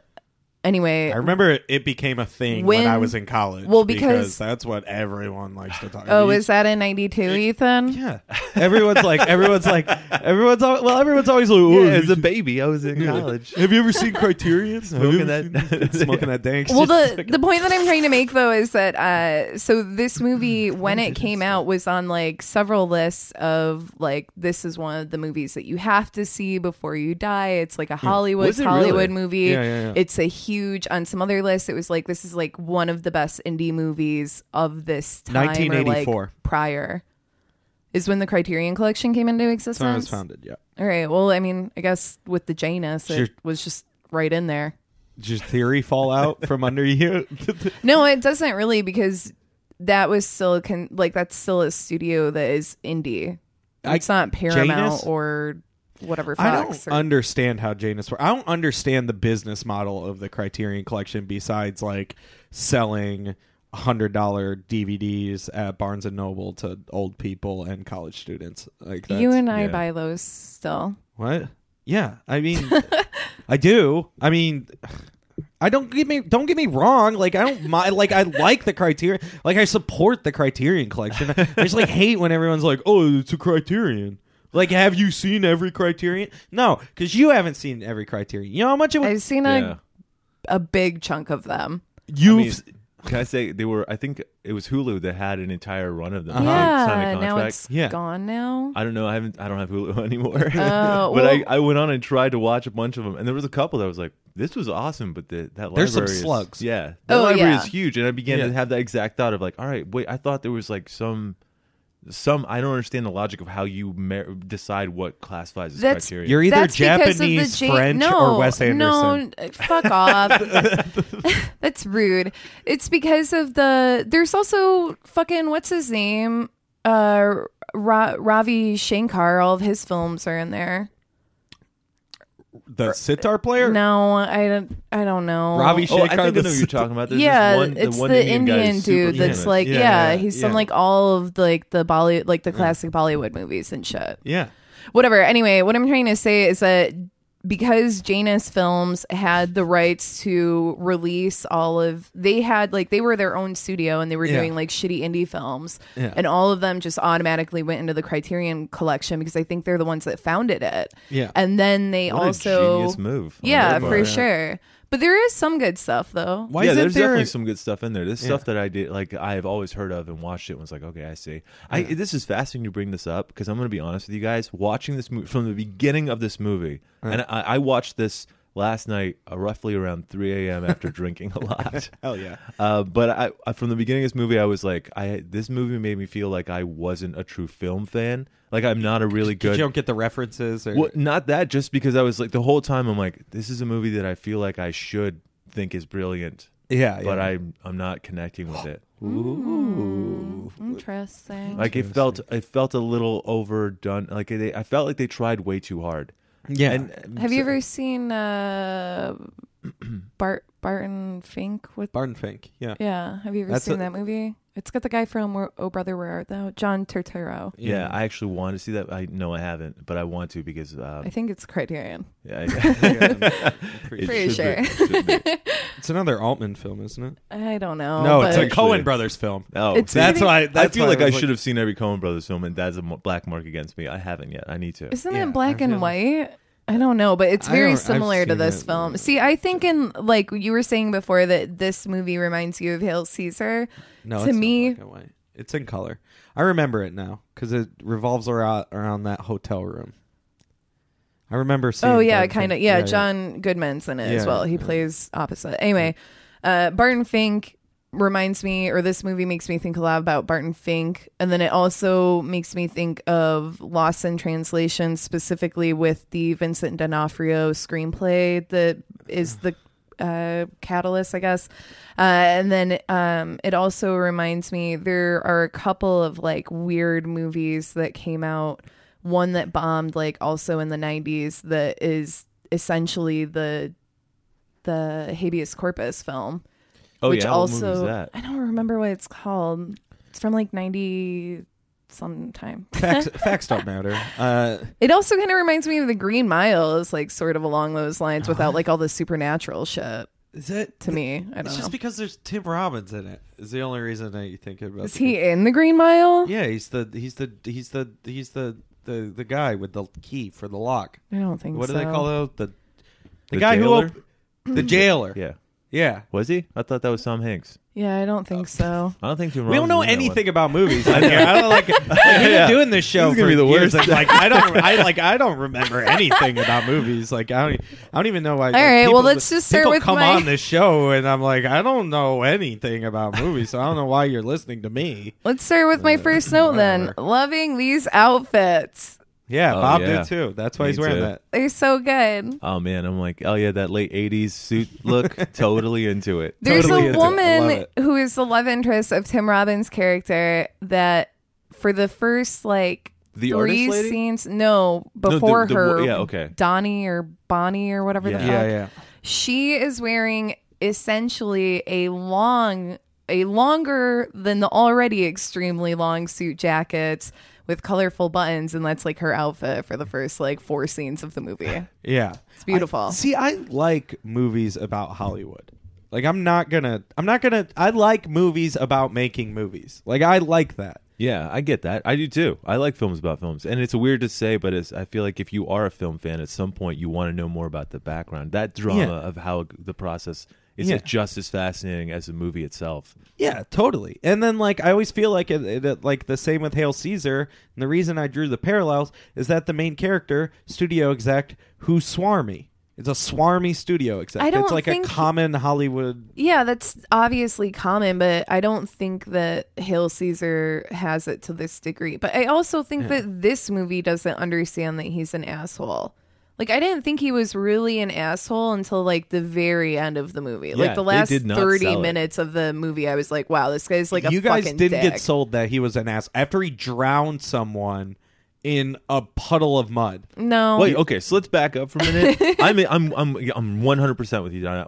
S4: Anyway,
S2: I remember it, it became a thing when,
S4: when-
S2: I was in college.
S4: well, because-
S2: that's what everyone likes to talk.
S4: oh,
S2: You-
S4: is that in 92, Ethan?
S2: yeah. <laughs> Everyone's like, everyone's like, everyone's al- well, everyone's always like, oh,
S3: Yeah, as a
S2: you-
S3: baby, I was in
S2: <laughs>
S3: college.
S2: Have you ever seen <laughs> Criterion?
S3: <laughs> Smoking that-
S2: smoking that <laughs> dank.
S4: <laughs> well
S2: shit.
S4: the the point that i'm trying to make though is that uh so this
S2: Mm-hmm.
S4: movie when it came out was on like several lists of like this is one of the movies that you have to see before you die it's like a
S2: Hmm.
S4: hollywood
S3: Was it
S4: hollywood
S3: really?
S4: movie
S2: Yeah, yeah, yeah.
S4: it's a huge on some other lists it was like this is like one of the best indie movies of this time or
S2: 1984.
S4: like prior is when the criterion collection came into existence
S2: That's when it was founded. Yeah.
S4: all right well i mean i guess with the janus
S2: Sure.
S4: it was just right in there
S2: Did your theory fall out from under you?
S4: No, it doesn't really because that was still con- like that's still a studio that is indie.
S2: <laughs> I-
S4: It's not Paramount
S2: Janus?
S4: or whatever
S2: I
S4: Fox.
S2: don't
S4: Or,
S2: understand how Janus works. I don't understand the business model of the Criterion Collection besides like selling hundred dollar DVDs at Barnes and Noble to old people and college students. Like that's,
S4: you and I
S3: yeah.
S4: buy those still.
S2: what? Yeah, I mean, I do. I mean. I don't get me don't get me wrong. Like I don't mind. Like I like the Criterion. Like I support the Criterion collection. I just like hate when everyone's like, "Oh, it's a Criterion." Like, have you seen every Criterion? No, because you haven't seen every Criterion. You know how much it was.
S4: I've seen
S3: Yeah.
S4: a a big chunk of them.
S2: You've
S3: I mean, can I say they were? I think it was Hulu that had an entire run of them. They signed a
S4: Yeah, now
S3: contract.
S4: it's
S2: Uh-huh. Yeah.
S4: gone now.
S3: I don't know. I haven't. I don't have Hulu <laughs> anymore.
S4: Oh,
S3: <laughs>
S4: well-
S3: but I, I went on and tried to watch a bunch of them, and there was a couple that I was like, "This was awesome," but the, that
S2: There's some
S3: library is-
S2: slugs.
S3: yeah, that
S4: Oh,
S3: library
S4: yeah.
S3: is huge, and I began
S2: Yeah.
S3: to have that exact thought of like, "All right, wait, I thought there was like some." Some I don't understand the logic of how you mer- decide what classifies as
S4: That's-
S3: criteria.
S2: you're either
S4: That's because of the
S2: Japanese,
S4: Jan-
S2: French,
S4: no,
S2: or Wes Anderson.
S4: No, fuck off.
S2: <laughs>
S4: <laughs> That's rude. It's because of the. There's also fucking what's his name, uh, Ra- Ravi Shankar. All of his films are in there.
S2: The sitar player.
S4: No, I don't. I don't know.
S2: Ravi
S3: oh, I think I
S2: Shankar,
S3: know
S2: the
S3: what you're talking about. There's this
S4: yeah,
S3: one,
S4: it's
S3: the,
S4: the,
S3: one
S4: Indian,
S3: guy who's super
S4: dude that's
S3: famous.
S4: like,
S2: Yeah,
S4: yeah,
S2: yeah,
S4: he's
S2: yeah. Mm.
S4: done like all of like the Bolly, like the classic Bollywood movies and shit.
S2: Yeah.
S4: whatever. Anyway, what I'm trying to say is that because Janus Films had the rights to release all of they had like they were their own studio and they were
S2: Yeah.
S4: doing like shitty indie films
S2: Yeah.
S4: and all of them just automatically went into the Criterion collection because I think they're the ones that founded it.
S2: Yeah.
S4: And then they
S3: What a
S4: also
S3: genius move. on
S4: Yeah,
S3: their
S4: for
S3: part.
S4: sure. But there is some good stuff though.
S2: Why
S3: yeah,
S2: isn't
S3: there's
S2: there?
S3: definitely some good stuff in there. There's stuff that I did, like I have always heard of and watched it. and Was like, okay, I see. I this is fascinating to bring this up because I'm going to be honest with you guys. Watching this movie from the beginning of this movie, and I, I watched this last night, uh, roughly around 3 a.m.
S2: <laughs>
S3: after drinking a lot.
S2: Hell yeah.
S3: Uh, but I, I from the beginning of this movie, I was like, I this movie made me feel like I wasn't a true film fan. Like I'm not a really
S2: You
S3: good
S2: don't get the references. Or,
S3: well, not that. Just because I was like the whole time, I'm like, this is a movie that I feel like I should think is brilliant,
S2: yeah, yeah.
S3: but I'm I'm not connecting with it.
S2: Oh, Ooh.
S4: Interesting.
S3: Like it felt it felt a little overdone. Like they, I felt like they tried way too hard.
S2: Yeah.
S3: And uh,
S4: have you ever seen
S3: <clears throat>
S4: uh Bart Barton Fink with
S2: Barton Fink. Yeah.
S4: Yeah. Have you ever
S2: That's
S4: seen
S2: a-
S4: that movie? It's got the guy from Where- Oh Brother Where Art Thou, John Turturro.
S3: Yeah, I actually want to see that. I no, I haven't, but I want to because um,
S4: I think it's Criterion.
S2: <laughs>
S3: yeah, I- <laughs>
S2: Pretty
S3: it
S4: Pretty
S3: should be- should
S2: <laughs>
S3: be.
S2: It's another Altman film, isn't it?
S4: <laughs> I don't know.
S2: no, it's
S4: Oh, but
S2: a Cohen
S3: Actually-
S2: Brothers film.
S3: Oh,
S4: It's-
S3: see,
S2: That's
S4: Maybe-
S2: why.
S3: I
S2: That's
S3: feel
S2: why
S3: like I
S2: was
S3: should have seen every Cohen Brothers film, and that's a mo- black mark against me. I haven't yet. I need to.
S4: isn't
S2: Yeah,
S4: it black
S2: I feel-
S4: and white? I don't know, but it's
S2: I
S4: very
S2: don't- I've
S4: similar to
S2: seen
S4: this
S2: it.
S4: film. See, I think in like you were saying before that this movie reminds you of Hail Caesar.
S2: No,
S4: to
S2: it's not
S4: me-
S2: black and white. it's in color. I remember it now because it revolves around around that hotel room. I remember seeing.
S4: Oh yeah,
S2: Barton
S4: kind of.
S2: Fink-
S4: Yeah, John Goodman's in it
S2: Yeah,
S4: as well. He
S2: yeah.
S4: plays opposite. Anyway, uh, Barton Fink reminds me, or this movie makes me think a lot about Barton Fink, and then it also makes me think of Lost in Translation, specifically with the Vincent D'Onofrio screenplay that is the uh, catalyst, I guess. Uh, and then um, it also reminds me there are a couple of like weird movies that came out. One that bombed like also in the 90s that is essentially the the habeas corpus film.
S3: Oh
S4: which
S3: yeah, what movie
S4: also
S3: is that?
S4: I don't remember what it's called. It's from like ninety sometime.
S2: Facts, facts don't matter. Uh,
S4: <laughs> It also kind of reminds me of the Green Mile is like sort of along those lines without like all the supernatural shit
S2: is Oh, it
S4: to me. I
S2: It's
S4: don't know.
S2: just because there's Tim Robbins in it. Is the only reason that you think about.
S4: Is
S2: the-
S4: he in the Green Mile?
S2: Yeah, he's the he's the he's the he's the the, the guy with the key for the lock.
S4: I don't think
S2: What
S4: so.
S2: do they call it? The the,
S3: The
S2: guy
S3: jailer?
S2: who op- the jailer.
S3: <clears throat> Yeah,
S2: yeah.
S3: was he? I thought that was Tom Hanks.
S4: Yeah, I don't
S2: Oh. <laughs>
S4: think so.
S3: I don't think Tim
S2: We don't
S3: Robbins
S2: know
S3: was in that one.
S2: anything about
S3: <laughs>
S2: movies. on here. I don't like. like we've been
S3: Yeah.
S2: doing this show
S3: This is
S2: for
S3: gonna be the
S2: years,
S3: worst.
S2: and, like I don't,
S3: <laughs>
S2: I like I don't remember anything about movies. Like I don't, I don't even know why. All
S4: right, well, let's just start
S2: people
S4: with
S2: come
S4: my-
S2: on this show, and I'm like, I don't know anything about movies, so I don't know why you're listening to me.
S4: Let's start with
S2: Uh,
S4: my first note then. Loving these outfits.
S2: Yeah,
S3: Oh,
S2: Bob
S3: yeah.
S2: did too. That's why
S3: Me
S2: he's wearing
S3: too.
S2: that.
S4: They're so good.
S3: Oh man, I'm like, oh yeah, that late '80s
S2: <laughs>
S3: suit look, totally into it.
S4: There's
S2: Totally
S4: a
S2: into it. Love
S4: woman
S2: it.
S4: who is the love interest of Tim Robbins' character that for the first like
S3: The
S4: three
S3: artist lady?
S4: scenes, no,
S3: the-
S4: before
S3: the wo-
S4: her,
S3: yeah, okay.
S4: Donnie or Bonnie or whatever the
S3: Yeah.
S4: fuck.
S2: Yeah, yeah.
S4: She is wearing essentially a long, a longer than the already extremely long suit jacket with colorful buttons, and that's like her outfit for the first like four scenes of the movie.
S2: Yeah. It's
S4: beautiful.
S2: see, I like movies about Hollywood. Like I'm not gonna I'm not gonna I like movies about making movies. Like I like that.
S3: Yeah, I get that. I do too. I like films about films, and it's weird to say, but it's. I feel like if you are a film fan, at some point you want to know more about the background, that drama
S2: Yeah.
S3: of how the process is
S2: Yeah.
S3: just as fascinating as the movie itself.
S2: Yeah, totally. And then like I always feel like it, it, it- like the same with Hail Caesar. And the reason I drew the parallels is that the main character, studio exec, who swarmy. It's a swarmy studio exec.
S4: I don't
S2: it's like
S4: think-
S2: a common Hollywood.
S4: Yeah, that's obviously common, but I don't think that Hail Caesar has it to this degree. But I also think that this movie doesn't understand that he's an asshole. Like I didn't think he was really an asshole until like the very end of the movie. like
S3: Yeah,
S4: the
S3: they
S4: last
S3: did not
S4: thirty
S3: sell it.
S4: minutes of the movie, I was like, "Wow, this guy's like a
S2: you guys
S4: fucking
S2: didn't
S4: dick.
S2: get sold that he was an ass after he drowned someone in a puddle of mud.
S4: No,
S3: Wait, okay, so let's back up for
S2: <laughs>
S3: a minute. I'm I'm I'm I'm 100 percent with you, Donna.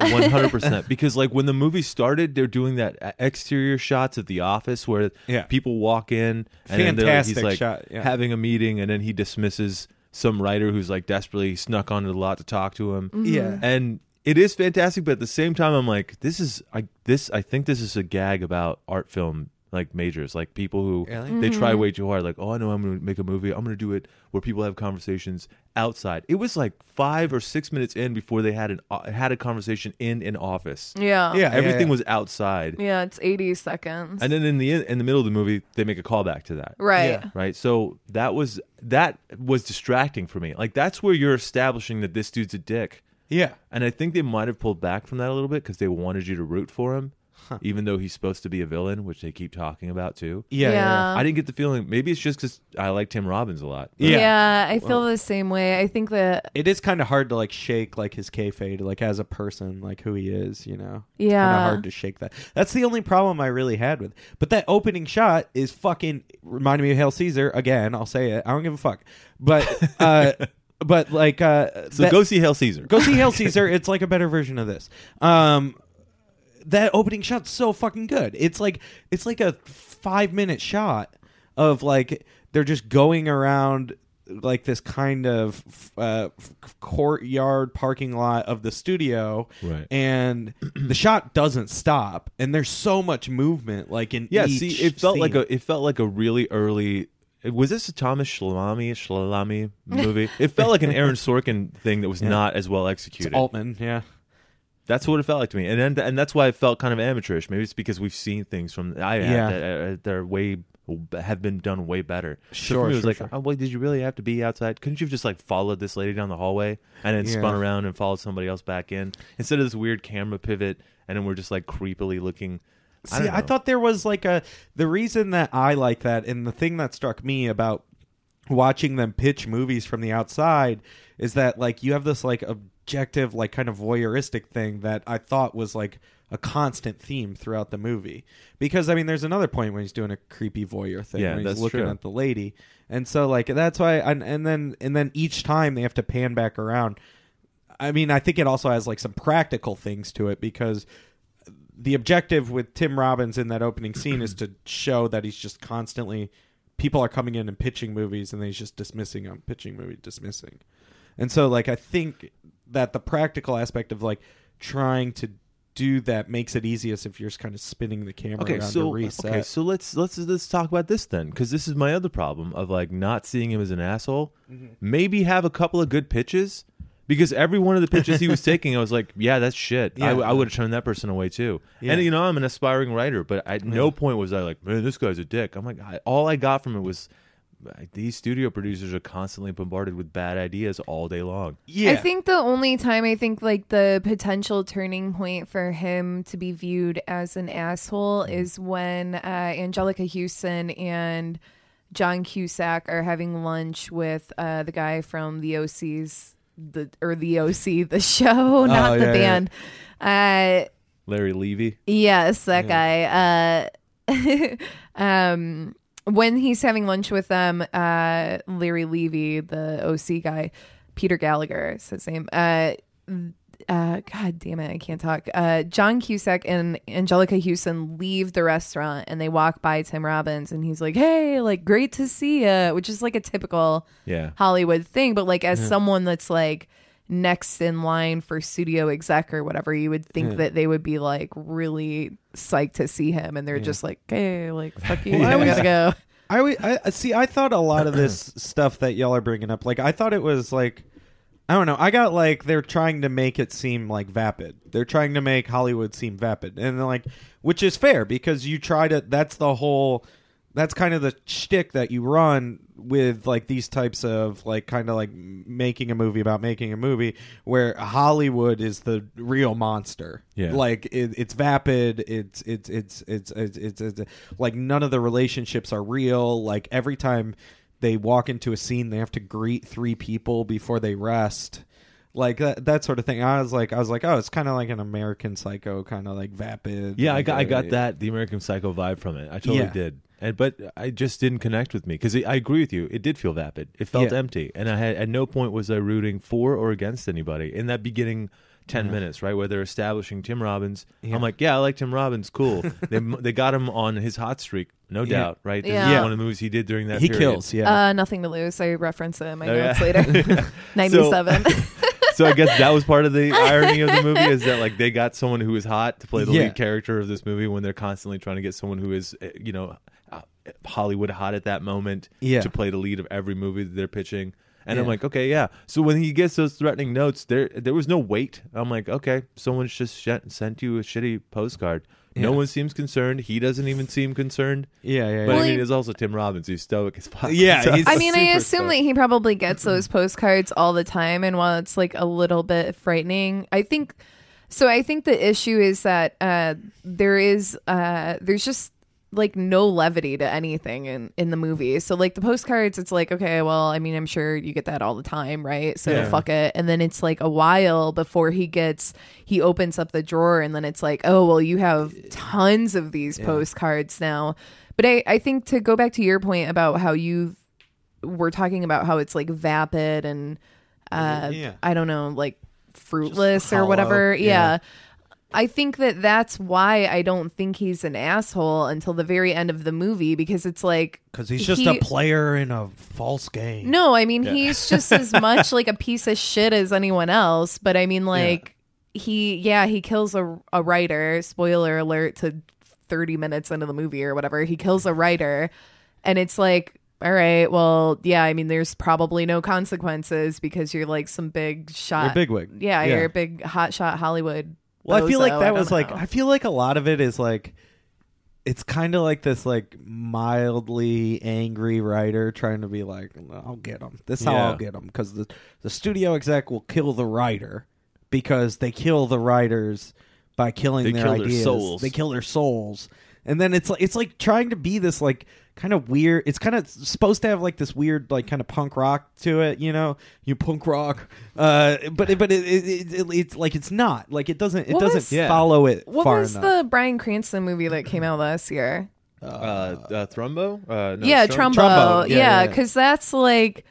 S2: <laughs>
S3: 100 percent because like when the movie started, they're doing that uh, exterior shots of the office where
S2: Yeah.
S3: people walk in, and then they're-
S2: Fantastic
S3: he's like
S2: shot, yeah.
S3: having a meeting, and then he dismisses some writer who's like desperately snuck onto the lot to talk to him.
S4: Mm-hmm.
S2: Yeah.
S3: and it is fantastic but at the same time i'm like this is i this i think this is a gag about art film like majors like people who
S2: Really?
S3: they try way too hard like oh i know i'm gonna make a movie i'm gonna do it where people have conversations outside it was like five or six minutes in before they had an uh, had a conversation in an office
S4: yeah,
S2: Yeah.
S3: everything was outside
S4: yeah. It's eighty seconds,
S3: and then in the in the middle of the movie they make a callback to that
S4: right?
S2: Yeah.
S3: right so that was that was distracting for me like that's where you're establishing that this dude's a dick
S2: Yeah.
S3: and I think they might have pulled back from that a little bit because they wanted you to root for him, even though he's supposed to be a villain, which they keep talking about too.
S2: Yeah. yeah.
S4: Yeah.
S3: I didn't get the feeling. Maybe it's just because I like Tim Robbins a lot. but-
S2: Yeah.
S4: yeah, I feel the same way. I think that
S2: It is kind of hard to like shake like his kayfabe, like as a person, like who he is, you know. kind
S4: Yeah.
S2: of hard to shake that. That's the only problem I really had with. But that opening shot is fucking reminded me of Hail Caesar again. I'll say it. I don't give a fuck. But uh, but like uh,
S3: So
S2: that-
S3: go see Hail Caesar.
S2: Go see Hail Caesar. It's like a better version of this. Um, that opening shot's so fucking good. It's like it's like a five minute shot of like they're just going around like this kind of uh, f- courtyard parking lot of the studio,
S3: Right.
S2: And the shot doesn't stop, and there's so much movement. Like in
S3: yeah,
S2: each
S3: see, it felt
S2: scene.
S3: like a it felt like a really early. Was this a Thomas Shalami Shalami
S2: <laughs>
S3: movie? it felt like an Aaron Sorkin thing that was not as well executed.
S2: Altman. Yeah,
S3: That's what it felt like to me, and then, and that's why it felt kind of amateurish. Maybe it's because we've seen things from I
S2: Yeah.
S3: have that uh, they're way have been done way better. so
S2: Sure,
S3: for me, it was
S2: sure,
S3: like,
S2: sure.
S3: oh, wait, did you really have to be outside? Couldn't you have just like followed this lady down the hallway and then
S2: Yeah.
S3: spun around and followed somebody else back in instead of this weird camera pivot and then we're just like creepily looking. I
S2: See,
S3: don't
S2: I
S3: know.
S2: thought there was like a the reason that I like that, and the thing that struck me about watching them pitch movies from the outside is that like you have this like objective, like kind of voyeuristic thing that I thought was like a constant theme throughout the movie. Because I mean, there's another point when he's doing a creepy voyeur thing,
S3: Yeah,
S2: when he's
S3: that's
S2: looking
S3: true.
S2: at the lady, and so like that's why, and, and then and then each time they have to pan back around. I mean, I think it also has like some practical things to it because the objective with Tim Robbins in that opening scene is to show that he's just constantly people are coming in and pitching movies and then he's just dismissing them, pitching movie, dismissing. And so like I think that the practical aspect of like trying to do that makes it easiest if you're just kind of spinning the camera
S3: Okay,
S2: around
S3: so
S2: to reset.
S3: okay, so let's let's let's talk about this then, because this is my other problem of like not seeing him as an asshole.
S2: Mm-hmm.
S3: Maybe have a couple of good pitches, because every one of the
S2: <laughs>
S3: pitches he was taking, I was like, yeah, that's shit. I
S2: Yeah.
S3: w- I, would have turned that person away too.
S2: Yeah.
S3: And you know, I'm an aspiring writer, but at no point was I like, man, this guy's a dick. I'm like, I, all I got from it was like, these studio producers are constantly bombarded with bad ideas all day long.
S2: yeah.
S4: I think the only time I think like the potential turning point for him to be viewed as an asshole
S2: Mm-hmm.
S4: is when uh, Angelica Houston and John Cusack are having lunch with uh, the guy from the OC's the or the OC the <laughs> show, not the
S2: Oh, yeah, yeah.
S4: band. Uh,
S3: Larry Levy.
S4: Yes, that guy. Uh, <laughs> um, when he's having lunch with them, uh, Larry Levy, the OC guy, Peter Gallagher is his name. Uh, uh, God damn it, I can't talk. Uh, John Cusack and Angelica Houston leave the restaurant and they walk by Tim Robbins and he's like, "Hey, like, great to see you," which is like a typical
S3: Yeah.
S4: Hollywood thing, but like as someone that's like next in line for studio exec or whatever, you would think that they would be like really psyched to see him, and they're just like, "Hey,
S3: <laughs>
S4: like fuck you, I gotta go."
S2: I, w- I I- see. I thought a lot of this <clears throat> stuff that y'all are bringing up, like I thought it was like, I don't know. I got like they're trying to make it seem like vapid. They're trying to make Hollywood seem vapid, and like, which is fair because you try to. That's the whole. That's kind of the shtick that you run with like these types of like kind of like making a movie about making a movie where Hollywood is the real monster.
S3: Yeah.
S2: Like like it, it's vapid it's it's it's it's it's, it's it's like none of the relationships are real like every time they walk into a scene they have to greet three people before they rest like that, that sort of thing i was like i was like oh it's kind of like an american psycho kind of like vapid
S3: Yeah, I
S2: like,
S3: got, I got
S2: uh,
S3: that the American Psycho vibe from it. I totally
S2: Yeah.
S3: did, and but I just didn't connect with me because I agree with you. It did feel vapid. It felt
S2: Yeah.
S3: empty, and I had at no point was I rooting for or against anybody in that beginning. 10 minutes, right? Where they're establishing Tim Robbins. I'm like, yeah, I like Tim Robbins. Cool.
S2: <laughs>
S3: they, they got him on his hot streak, no
S2: Yeah.
S3: doubt, right? This is
S4: Yeah.
S3: one of the movies he did during that
S2: he
S3: period.
S2: kills yeah
S4: Uh, nothing to lose. I reference it in my
S3: Oh, yeah. <laughs>
S4: notes later. <laughs> Ninety-seven.
S3: So I guess that was part of
S4: <laughs>
S3: the irony of the movie is that like they got someone who is hot to play the
S2: Yeah.
S3: lead character of this movie when they're constantly trying to get someone who is uh, you know uh, Hollywood hot at that moment
S2: Yeah.
S3: to play the lead of every movie that they're pitching. And I'm
S2: Yeah.
S3: like, okay, yeah. So when he gets those threatening notes, there there was no weight. I'm like, okay, someone's just sh- sent you a shitty postcard. No
S2: Yeah.
S3: one seems concerned. He doesn't even seem concerned.
S2: yeah yeah
S3: But
S2: yeah.
S3: I
S4: Well,
S3: mean,
S4: he-
S3: it's also Tim Robbins. He's stoic as fuck. <laughs>
S2: Yeah, he's-
S4: I mean, I
S2: super
S4: assume
S2: stuff.
S4: that he probably gets those postcards all the time, and while it's like a little bit frightening, I think so. I think the issue is that uh, there is uh, there's just like no levity to anything in in the movie. So like the postcards, it's like okay, well, I mean, I'm sure you get that all the time, right? So
S3: Yeah.
S4: fuck it. And then it's like a while before he gets he opens up the drawer, and then it's like, oh well, you have tons of these postcards now. But I, I think to go back to your point about how you we're talking about how it's like vapid and uh
S2: Yeah.
S4: I don't know, like fruitless or
S2: hollow.
S4: whatever. Yeah.
S2: Yeah.
S4: I think that that's why I don't think he's an asshole until the very end of the movie because it's like
S2: because he's just
S4: he-
S2: a player in a false <laughs> game
S4: no, I mean he's just as much like a piece of shit as anyone else, but I mean like he yeah, he kills a a writer, spoiler alert to 30 minutes into the movie or whatever. He kills a writer and it's like all right, well, yeah, I mean there's probably no consequences because you're like some big shot.
S2: You're a bigwig
S4: yeah, you're a big hot shot Hollywood.
S2: Well, I feel like
S4: bozo.
S2: that
S4: don't
S2: was like
S4: know.
S2: I feel like a lot of it is like it's kind of like this like mildly angry writer trying to be like I'll get him. This is how
S3: Yeah.
S2: I'll get him cuz the the studio exec will kill the writer because they kill the writers by killing
S3: They
S2: their
S3: kill their
S2: ideas.
S3: souls.
S2: They kill their souls. And then it's like it's like trying to be this like kind of weird. It's kind of supposed to have like this weird like kind of punk rock to it, you know? You punk rock. Uh but it- but it, it, it, it's like it's not. Like it doesn't it
S4: What
S2: doesn't
S4: was-
S3: Yeah.
S2: follow it
S4: What
S2: far
S4: was
S2: enough.
S4: the Brian Cranston movie that came out last year?
S3: Uh, uh, Thrumbo? Uh, no,
S4: yeah,
S3: Strum-
S4: Trumbo.
S2: Trumbo. Yeah,
S4: Yeah,
S2: yeah, yeah.
S4: because that's like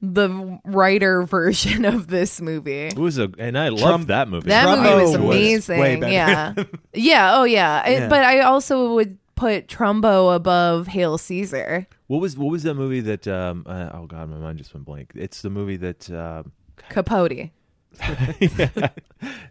S4: the writer <laughs> version of this movie.
S3: It was a, and I
S2: Trump-
S3: loved that movie.
S4: That
S2: Trump
S4: movie was
S2: was way
S4: amazing.
S2: better. <laughs>
S4: yeah. yeah. Oh, yeah. I-
S2: Yeah.
S4: But I also would put Trumbo above Hail Caesar.
S3: What was what was that movie that? Um, uh, oh God, my mind just went blank. It's the movie that. Um, <laughs>
S4: Capote.
S3: yeah.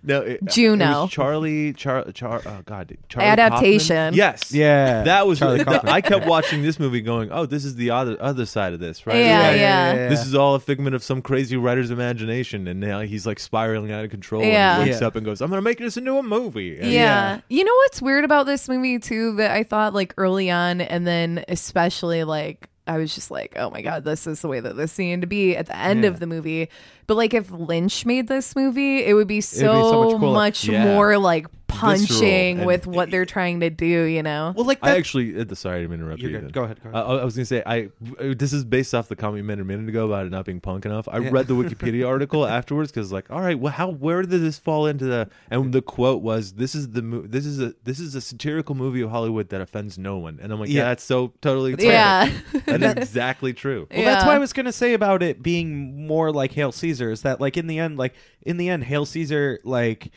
S3: No, it,
S4: Juno.
S3: it was Charlie, Char, Char, oh God, Charlie
S4: Adaptation.
S3: Kaufman? Yes,
S2: Yeah,
S3: that was.
S2: Charlie Kaufman.
S3: <laughs> I kept watching this movie, going, "Oh, this is the other other side of this, right?
S4: Yeah,
S3: Like,
S4: yeah.
S3: This is all a figment of some crazy writer's imagination, and now he's like spiraling out of control.
S4: Yeah.
S3: and he wakes
S2: Yeah.
S3: up and goes, "I'm gonna make this into a movie."
S4: Yeah.
S3: And
S2: Oh, Yeah.
S4: You know what's weird about this movie, too, that I thought like early on, and then especially like. I was just like, oh my God, this is the way that this needed to be at the end of the movie. But like, if Lynch made this movie, it would be so,
S2: so much cooler.
S4: much
S3: Yeah.
S4: more like punching
S3: and-
S4: with what they're trying to do, you know?
S2: Well, like
S3: I
S2: that.
S3: actually, uh, sorry to interrupt
S2: You're
S3: you.
S2: good.
S3: then.
S2: Go ahead, go ahead.
S3: Uh, I, I was going to say, I uh, this is based off the comment you made a minute ago about it not being punk enough. I read
S2: <laughs>
S3: the Wikipedia article afterwards because, like, all right, well, how where did this fall into the? And the quote was, "This is the mo- this is a this is a satirical movie of Hollywood that offends no one." And I'm like, yeah,
S2: Yeah.
S3: that's so totally true.
S4: yeah.
S3: that is exactly true.
S2: Well, that's
S4: Yeah.
S2: what I was gonna say about it being more like Hail Caesar is that like in the end, like in the end, Hail Caesar like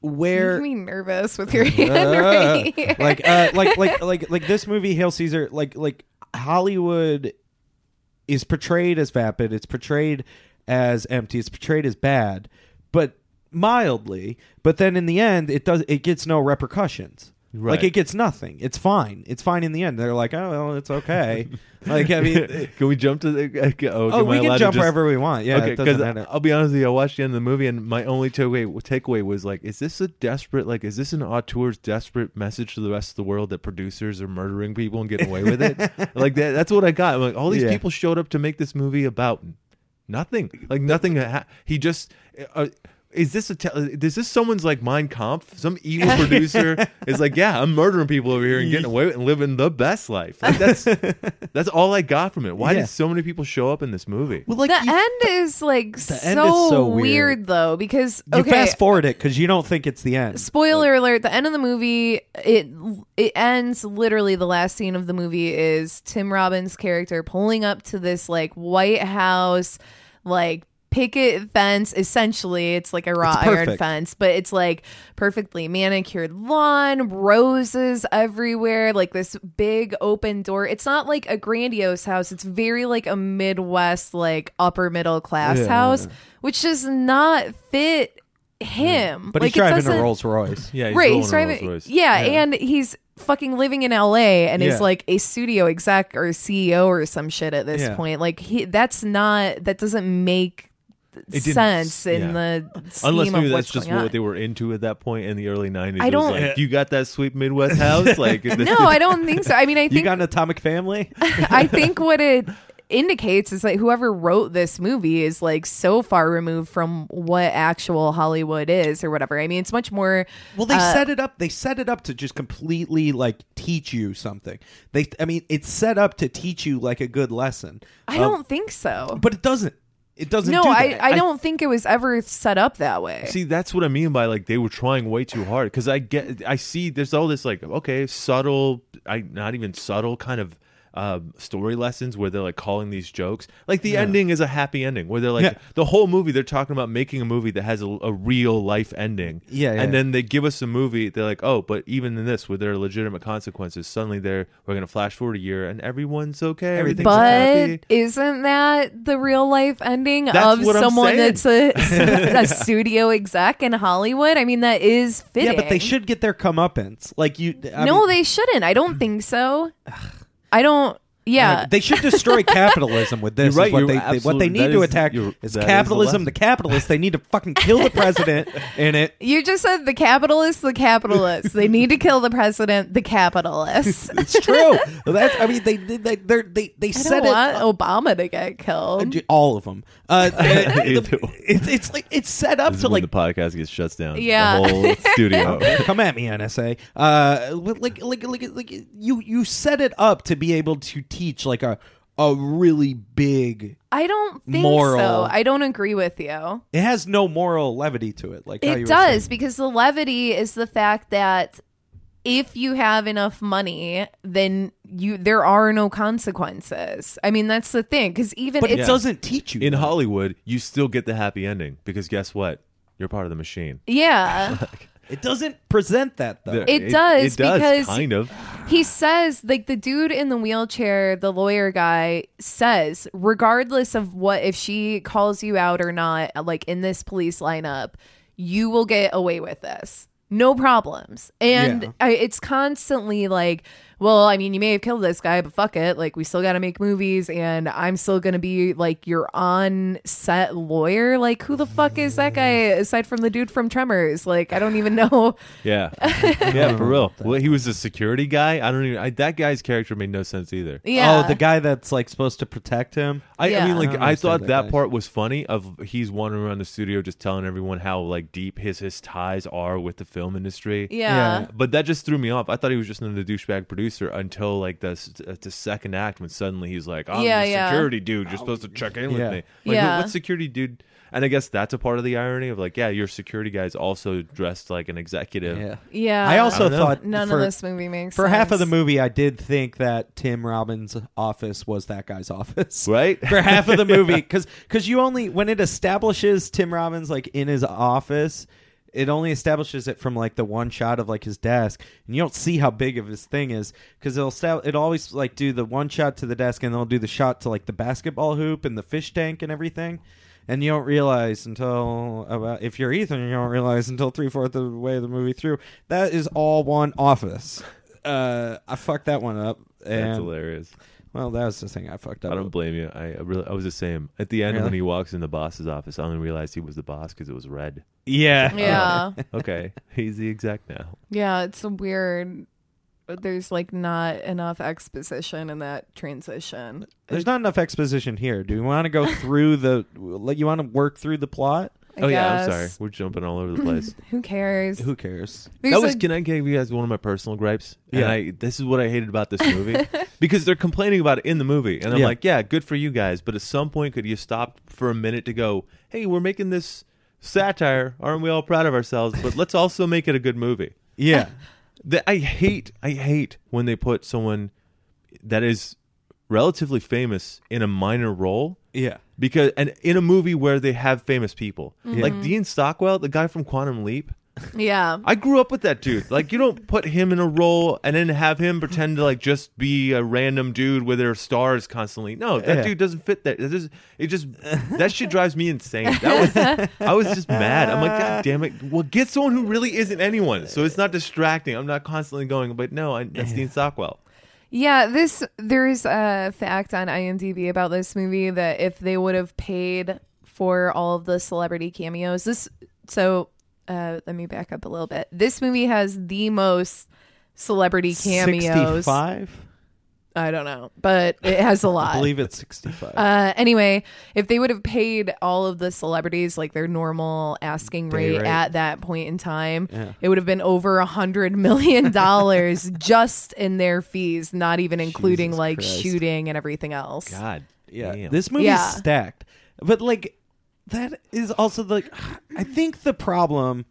S2: where
S4: Making me
S2: <laughs>
S4: nervous with
S3: <laughs>
S4: your hand
S2: Uh,
S4: right here.
S2: like uh, like like like like this movie Hail Caesar like like Hollywood is portrayed as vapid it's portrayed as empty it's portrayed as bad but mildly but then in the end it does it gets no repercussions
S3: Right.
S2: like it gets nothing it's fine it's fine in the end they're like oh well, it's okay like I
S3: <laughs>
S2: mean
S3: can we jump to the? <laughs> Oh,
S2: oh
S3: am I
S2: we
S3: allowed
S2: can
S3: to
S2: jump
S3: just-
S2: wherever we want yeah
S3: okay,
S2: it doesn't
S3: because
S2: matter
S3: I'll be honest with you, I watched the end of the movie, and my only takeaway takeaway was like, is this a desperate like is this an auteur's desperate message to the rest of the world that producers are murdering people and getting away
S2: <laughs>
S3: with it? like that, that's what I got. I'm like, all these
S2: Yeah.
S3: people showed up to make this movie about nothing. Like nothing. ha- he just. Uh, is this a tel is this someone's like mind comp? Some
S2: <laughs>
S3: evil producer is like, yeah, I'm murdering people over here and getting away with it and living the best life. Like
S2: <laughs>
S3: that's that's all I got from it. Why
S2: Yeah.
S3: did so many people show up in this movie?
S2: well like
S4: the
S2: you,
S4: end is like so,
S2: end is so
S4: weird.
S2: weird.
S4: though because
S2: you
S4: okay
S2: fast forward it because you don't think it's the end
S4: spoiler alert the end of the movie it it ends literally the last scene of the movie is tim robbins character pulling up to this like white house like picket fence essentially it's like a wrought iron
S2: perfect.
S4: fence but it's like perfectly manicured lawn roses everywhere like this big open door it's not like a grandiose house it's very like a midwest like upper middle class
S2: Yeah.
S4: house which does not fit him
S2: but
S4: like
S2: he's driving
S4: doesn't-
S2: a Rolls Royce
S3: Yeah, he's
S4: right
S3: rolling
S4: he's
S3: a Rolls
S4: driving
S3: Royce.
S4: yeah, and he's fucking living in la and
S2: Yeah.
S4: is like a studio exec or ceo or some shit at this
S2: Yeah.
S4: point like he that's not that doesn't make
S3: didn't-
S4: sense in
S3: yeah.
S4: the scheme
S3: Unless maybe
S4: of
S3: that's
S4: what's
S3: just
S4: going
S3: what
S4: on.
S3: they were into at that point in the early '90s.
S4: I
S3: It was
S4: don't-
S3: like, you got that sweet
S4: <laughs>
S3: Midwest house, like this
S4: no i don't think so i mean i
S2: you
S4: think
S2: got an atomic family
S4: <laughs> I think what it indicates is that whoever wrote this movie is like so far removed from what actual Hollywood is or whatever. I mean, it's much more.
S2: Well, they
S4: uh,
S2: set it up. They set it up to just completely like teach you something. They, I mean, it's set up to teach you like a good lesson.
S4: I
S2: Um,
S4: don't think so.
S2: but it doesn't. It doesn't.
S4: No,
S2: do
S4: I,
S2: that.
S4: I don't think it was ever set up that way.
S3: See, that's what I mean by like they were trying way too hard. Because I get, I see, there's all this like okay, subtle, I not even subtle kind of um, story lessons where they're like calling these jokes. Like the ending is a happy ending where they're like
S2: Yeah.
S3: the whole movie they're talking about making a movie that has a, a real life ending.
S2: Yeah, yeah.
S3: and then they give us a movie. They're like, oh, but even in this, with their legitimate consequences, suddenly they're we're gonna flash forward a year and everyone's okay. Everything's happy.
S4: but isn't that the real life ending
S3: That's
S4: of
S3: what I'm
S4: someone
S3: saying.
S4: that's a,
S2: <laughs>
S4: a studio exec in Hollywood? I mean, that is fitting.
S2: Yeah, but they should get their comeuppance. Like you. I
S4: no,
S2: mean,
S4: they shouldn't. I don't think so. I don't. Yeah,
S2: like, they should
S4: <laughs>
S2: destroy capitalism with this.
S3: You're right,
S2: is what,
S3: you're
S2: they, they- what they
S3: absolutely-
S2: need
S3: that
S2: to
S3: is-
S2: attack
S3: you're-
S2: is
S3: that is the
S2: capitalism.
S3: lesson.
S2: the capitalists. They need to fucking kill the president in it.
S4: You just said the capitalists, the capitalists. they need to kill the president,
S2: <laughs>
S4: the capitalists. I
S2: It's true. That's. I mean, they they they they they set
S4: don't
S2: it.
S4: want
S2: up-
S4: Obama to get killed.
S2: Ju- all of them.
S3: <laughs>
S2: Uh, the-
S3: Either
S2: the-
S3: one.
S2: it's it's like it's set up
S3: This is
S2: to
S3: when
S2: like
S3: the podcast gets shuts down.
S4: Yeah.
S3: the whole
S4: <laughs>
S3: studio.
S2: <laughs> come at me NSA. Uh, but like like like like you you set it up to be able to teach like a a really big.
S4: I don't think
S2: Moral.
S4: so. I don't agree with you.
S2: It has no moral levity to it. Like how you
S4: It
S2: were
S4: does
S2: saying.
S4: because the levity is the fact that if you have enough money, then you there are no consequences. I mean, that's the thing because even
S2: But
S4: it's,
S2: it doesn't teach you.
S3: in
S2: that.
S3: Hollywood, you still get the happy ending because guess what? You're part of the machine.
S4: yeah,
S2: it doesn't present that though.
S3: The-
S4: It does,
S3: It does
S4: because-
S3: kind of.
S4: He says, like the dude in the wheelchair, the lawyer guy says, regardless of what, if she calls you out or not, like in this police lineup, you will get away with this. No problems. And
S2: Yeah.
S4: I, it's constantly like, well, I mean, you may have killed this guy, but fuck it. Like, we still got to make movies, and I'm still going to be like your on set lawyer. Like, who the fuck is that guy aside from the dude from Tremors? Like, I don't even know. <laughs>
S3: Yeah, yeah, for real. Well, he was a security guy. I don't even. I, that guy's character made no sense either.
S4: Yeah.
S2: Oh, the guy that's like supposed to protect him.
S3: I, I
S4: Yeah.
S3: mean, like,
S2: I don't
S3: I
S2: understand
S3: thought
S2: that
S3: that
S2: guy.
S3: part was funny. Of he's wandering around the studio, just telling everyone how like deep his his ties are with the film industry.
S4: yeah.
S2: Yeah.
S3: But that just threw me off. I thought he was just another douchebag producer until like the s- uh, the second act when suddenly he's like, "I'm
S4: Yeah,
S3: the
S4: yeah.
S3: security dude. You're supposed to check in
S2: Yeah.
S3: with me." Like,
S4: Yeah.
S3: what security dude? And I guess that's a part of the irony of like, yeah, your security guy's also dressed like an executive.
S2: Yeah.
S4: Yeah.
S2: I also
S3: I don't know.
S2: thought
S4: None
S2: for,
S4: of this movie makes
S2: for half of the
S4: sense.
S2: movie, I did think that Tim Robbins' office was that guy's office.
S3: Right?
S2: <laughs> for half of the
S3: <laughs>
S2: movie because you only when it establishes Tim Robbins like in his office. It only establishes it from like the one shot of like his desk, and you don't see how big of his thing is because it'll stab- it always like do the one shot to the desk, and they'll do the shot to like the basketball hoop and the fish tank and everything, and you don't realize until about if you're Ethan, you don't realize until three fourths of the way of the movie through that is all one office. Uh, I fucked that one up, and
S3: That's hilarious.
S2: well, that was the thing I fucked up.
S3: I don't blame you. I I really, I was the same. At the end,
S2: Really?
S3: when he walks in the boss's office, I only realized he was the boss because it was red.
S2: yeah, <laughs>
S4: Yeah.
S3: Okay, he's the exec now.
S4: yeah, it's a weird there's like not enough exposition in that transition.
S2: There's not enough exposition here. Do we want to go through the? like, You want to work through the plot?
S4: I
S3: oh yeah, I'm
S4: guess.
S3: sorry. We're jumping all over the place.
S4: Who cares?
S2: Who cares?
S4: There's
S3: that was
S4: a-
S3: can I give you guys one of my personal gripes? And
S2: Yeah.
S3: I, this is what I hated about this movie because they're complaining about it in the movie, and I'm
S2: Yeah.
S3: like, yeah, good for you guys, but at some point, could you stop for a minute to go, hey, we're making this satire, aren't we all proud of ourselves? But let's also make it a good movie.
S2: Yeah,
S3: That I hate, I hate when they put someone that is relatively famous in a minor role
S2: yeah,
S3: because and in a movie where they have famous people like Dean Stockwell, the guy from Quantum Leap.
S4: yeah.
S3: I grew up with that dude. Like, you don't put him in a role and then have him pretend to like just be a random dude where there are stars constantly. No, that
S2: Yeah.
S3: dude doesn't fit that. It just, it just that shit drives me insane. That was I was just mad. I'm like, God damn it! Well, get someone who really isn't anyone, so it's not distracting. I'm not constantly going, but no, I, that's Dean Stockwell.
S4: Yeah, this there's a fact on IMDb about this movie that if they would have paid for all of the celebrity cameos, this so uh, let me back up a little bit. This movie has the most celebrity cameos.
S2: Sixty-five.
S4: I don't know, but it has a
S2: I
S4: lot.
S2: believe it's sixty-five.
S4: Uh, anyway, if they would have paid all of the celebrities like their normal asking rate,
S2: rate.
S4: at that point in time,
S2: Yeah.
S4: it would have been over a hundred
S2: <laughs>
S4: million dollars just in their fees, not even including
S2: Jesus
S4: like
S2: Christ.
S4: shooting and everything else.
S3: God,
S2: yeah,
S3: damn.
S2: this movie's
S4: Yeah.
S2: stacked, but like that is also like <sighs> I think the problem.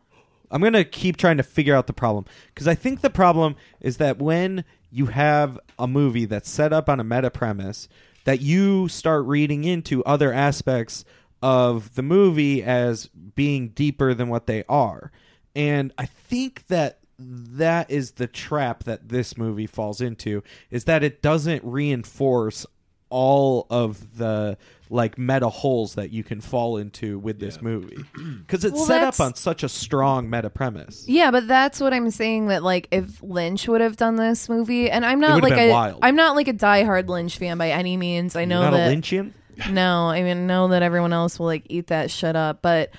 S2: I'm gonna keep trying to figure out the problem because I think the problem is that when you have a movie that's set up on a meta premise, that you start reading into other aspects of the movie as being deeper than what they are. And I think that that is the trap that this movie falls into is that it doesn't reinforce all of the like meta holes that you can fall into with this <clears throat> movie because it's
S4: Well,
S2: set
S4: that's-
S2: up on such a strong meta premise.
S4: Yeah, but that's what I'm saying. That like, if Lynch would have done this movie, and I'm not
S2: would've
S4: like
S2: been
S4: a,
S2: wild.
S4: am not like a diehard Lynch fan by any means. I know
S2: Not
S4: that
S2: a Lynchian.
S4: No, I mean know that everyone else will like eat that shit up, but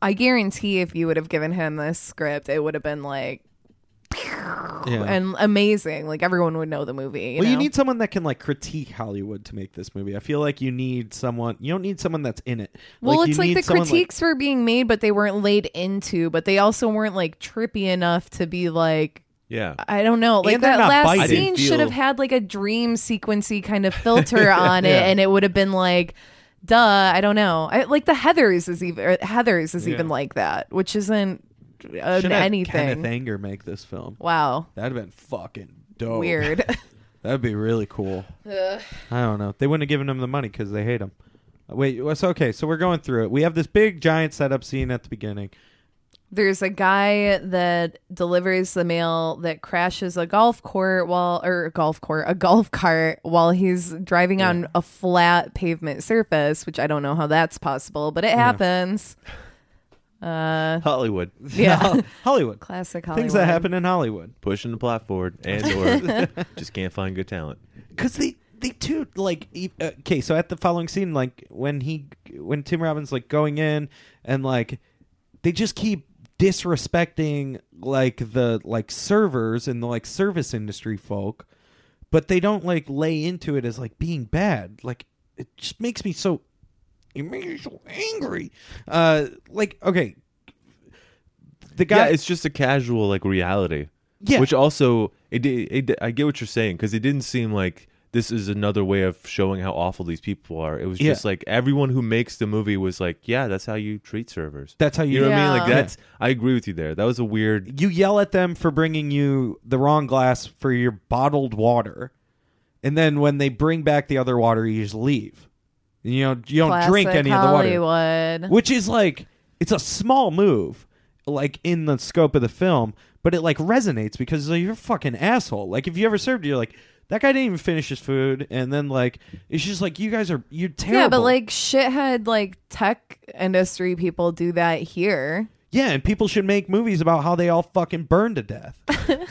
S4: I guarantee if you would have given him this script, it would have been like
S2: Yeah.
S4: and amazing. Like everyone would know the movie.
S2: well, you
S4: know?
S2: need someone that can like critique Hollywood to make this movie. I feel like you need someone. You don't need someone that's in it.
S4: Well,
S2: you
S4: it's like
S2: need
S4: the
S2: someone,
S4: critiques were being made, but they weren't laid into. But they also weren't like trippy enough to be like
S3: yeah.
S4: I don't know. Like
S2: And they're
S4: that
S2: not
S4: last
S2: biting. I
S4: scene
S3: didn't
S4: should have
S3: feel-
S4: had like a dream sequency kind of
S2: <laughs>
S4: filter on it, and it would have been like, duh, I don't know. I, like the Heathers is even or Heathers is even like that, which isn't own
S2: Should have Kenneth
S4: anything.
S2: Anger make this film.
S4: Wow.
S2: That'd have been fucking dope.
S4: Weird. <laughs>
S2: That'd be really cool.
S4: Ugh.
S2: I don't know. They wouldn't have given him the money because they hate him. Uh, Wait, what's okay? So we're going through it. We have this big giant setup scene at the beginning.
S4: There's a guy that delivers the mail that crashes a golf cart while or a golf cart, a golf cart while he's driving on a flat pavement surface, which I don't know how that's possible, but it happens. Uh
S3: Hollywood
S2: <laughs>
S4: yeah.
S2: Hollywood.
S4: Classic Hollywood.
S2: Things that happen in Hollywood.
S3: pushing the plot forward and <laughs> or just can't find good talent.
S2: because they they too like e- uh, okay so at the following scene like when he when tim robbins like going in and like they just keep disrespecting like the like servers and the like service industry folk but they don't like lay into it as like being bad like it just makes me so it makes me so angry uh like okay the guy
S3: yeah, it's just a casual like reality.
S2: Yeah.
S3: Which also, it, it, it- I get what you're saying because it didn't seem like this is another way of showing how awful these people are. It was
S2: Yeah.
S3: just like everyone who makes the movie was like, yeah, that's how you treat servers.
S2: that's how you,
S3: You know what I mean?
S4: Yeah.
S3: Like that's. I agree with you there. That was
S2: <laughs>
S3: a weird.
S2: you yell at them for bringing you the wrong glass for your bottled water, and then when they bring back the other water, you just leave. You know, you don't
S4: Classic
S2: drink any of the water,
S4: Hollywood.
S2: which is like it's a small move, like in the scope of the film, but it like resonates because like, you're a fucking asshole. Like if you ever served, you're like that guy didn't even finish his food, and then like it's just like you guys are you're terrible.
S4: Yeah, but like shithead like tech industry people do that here.
S2: Yeah, and people should make movies about how they all fucking burn to death.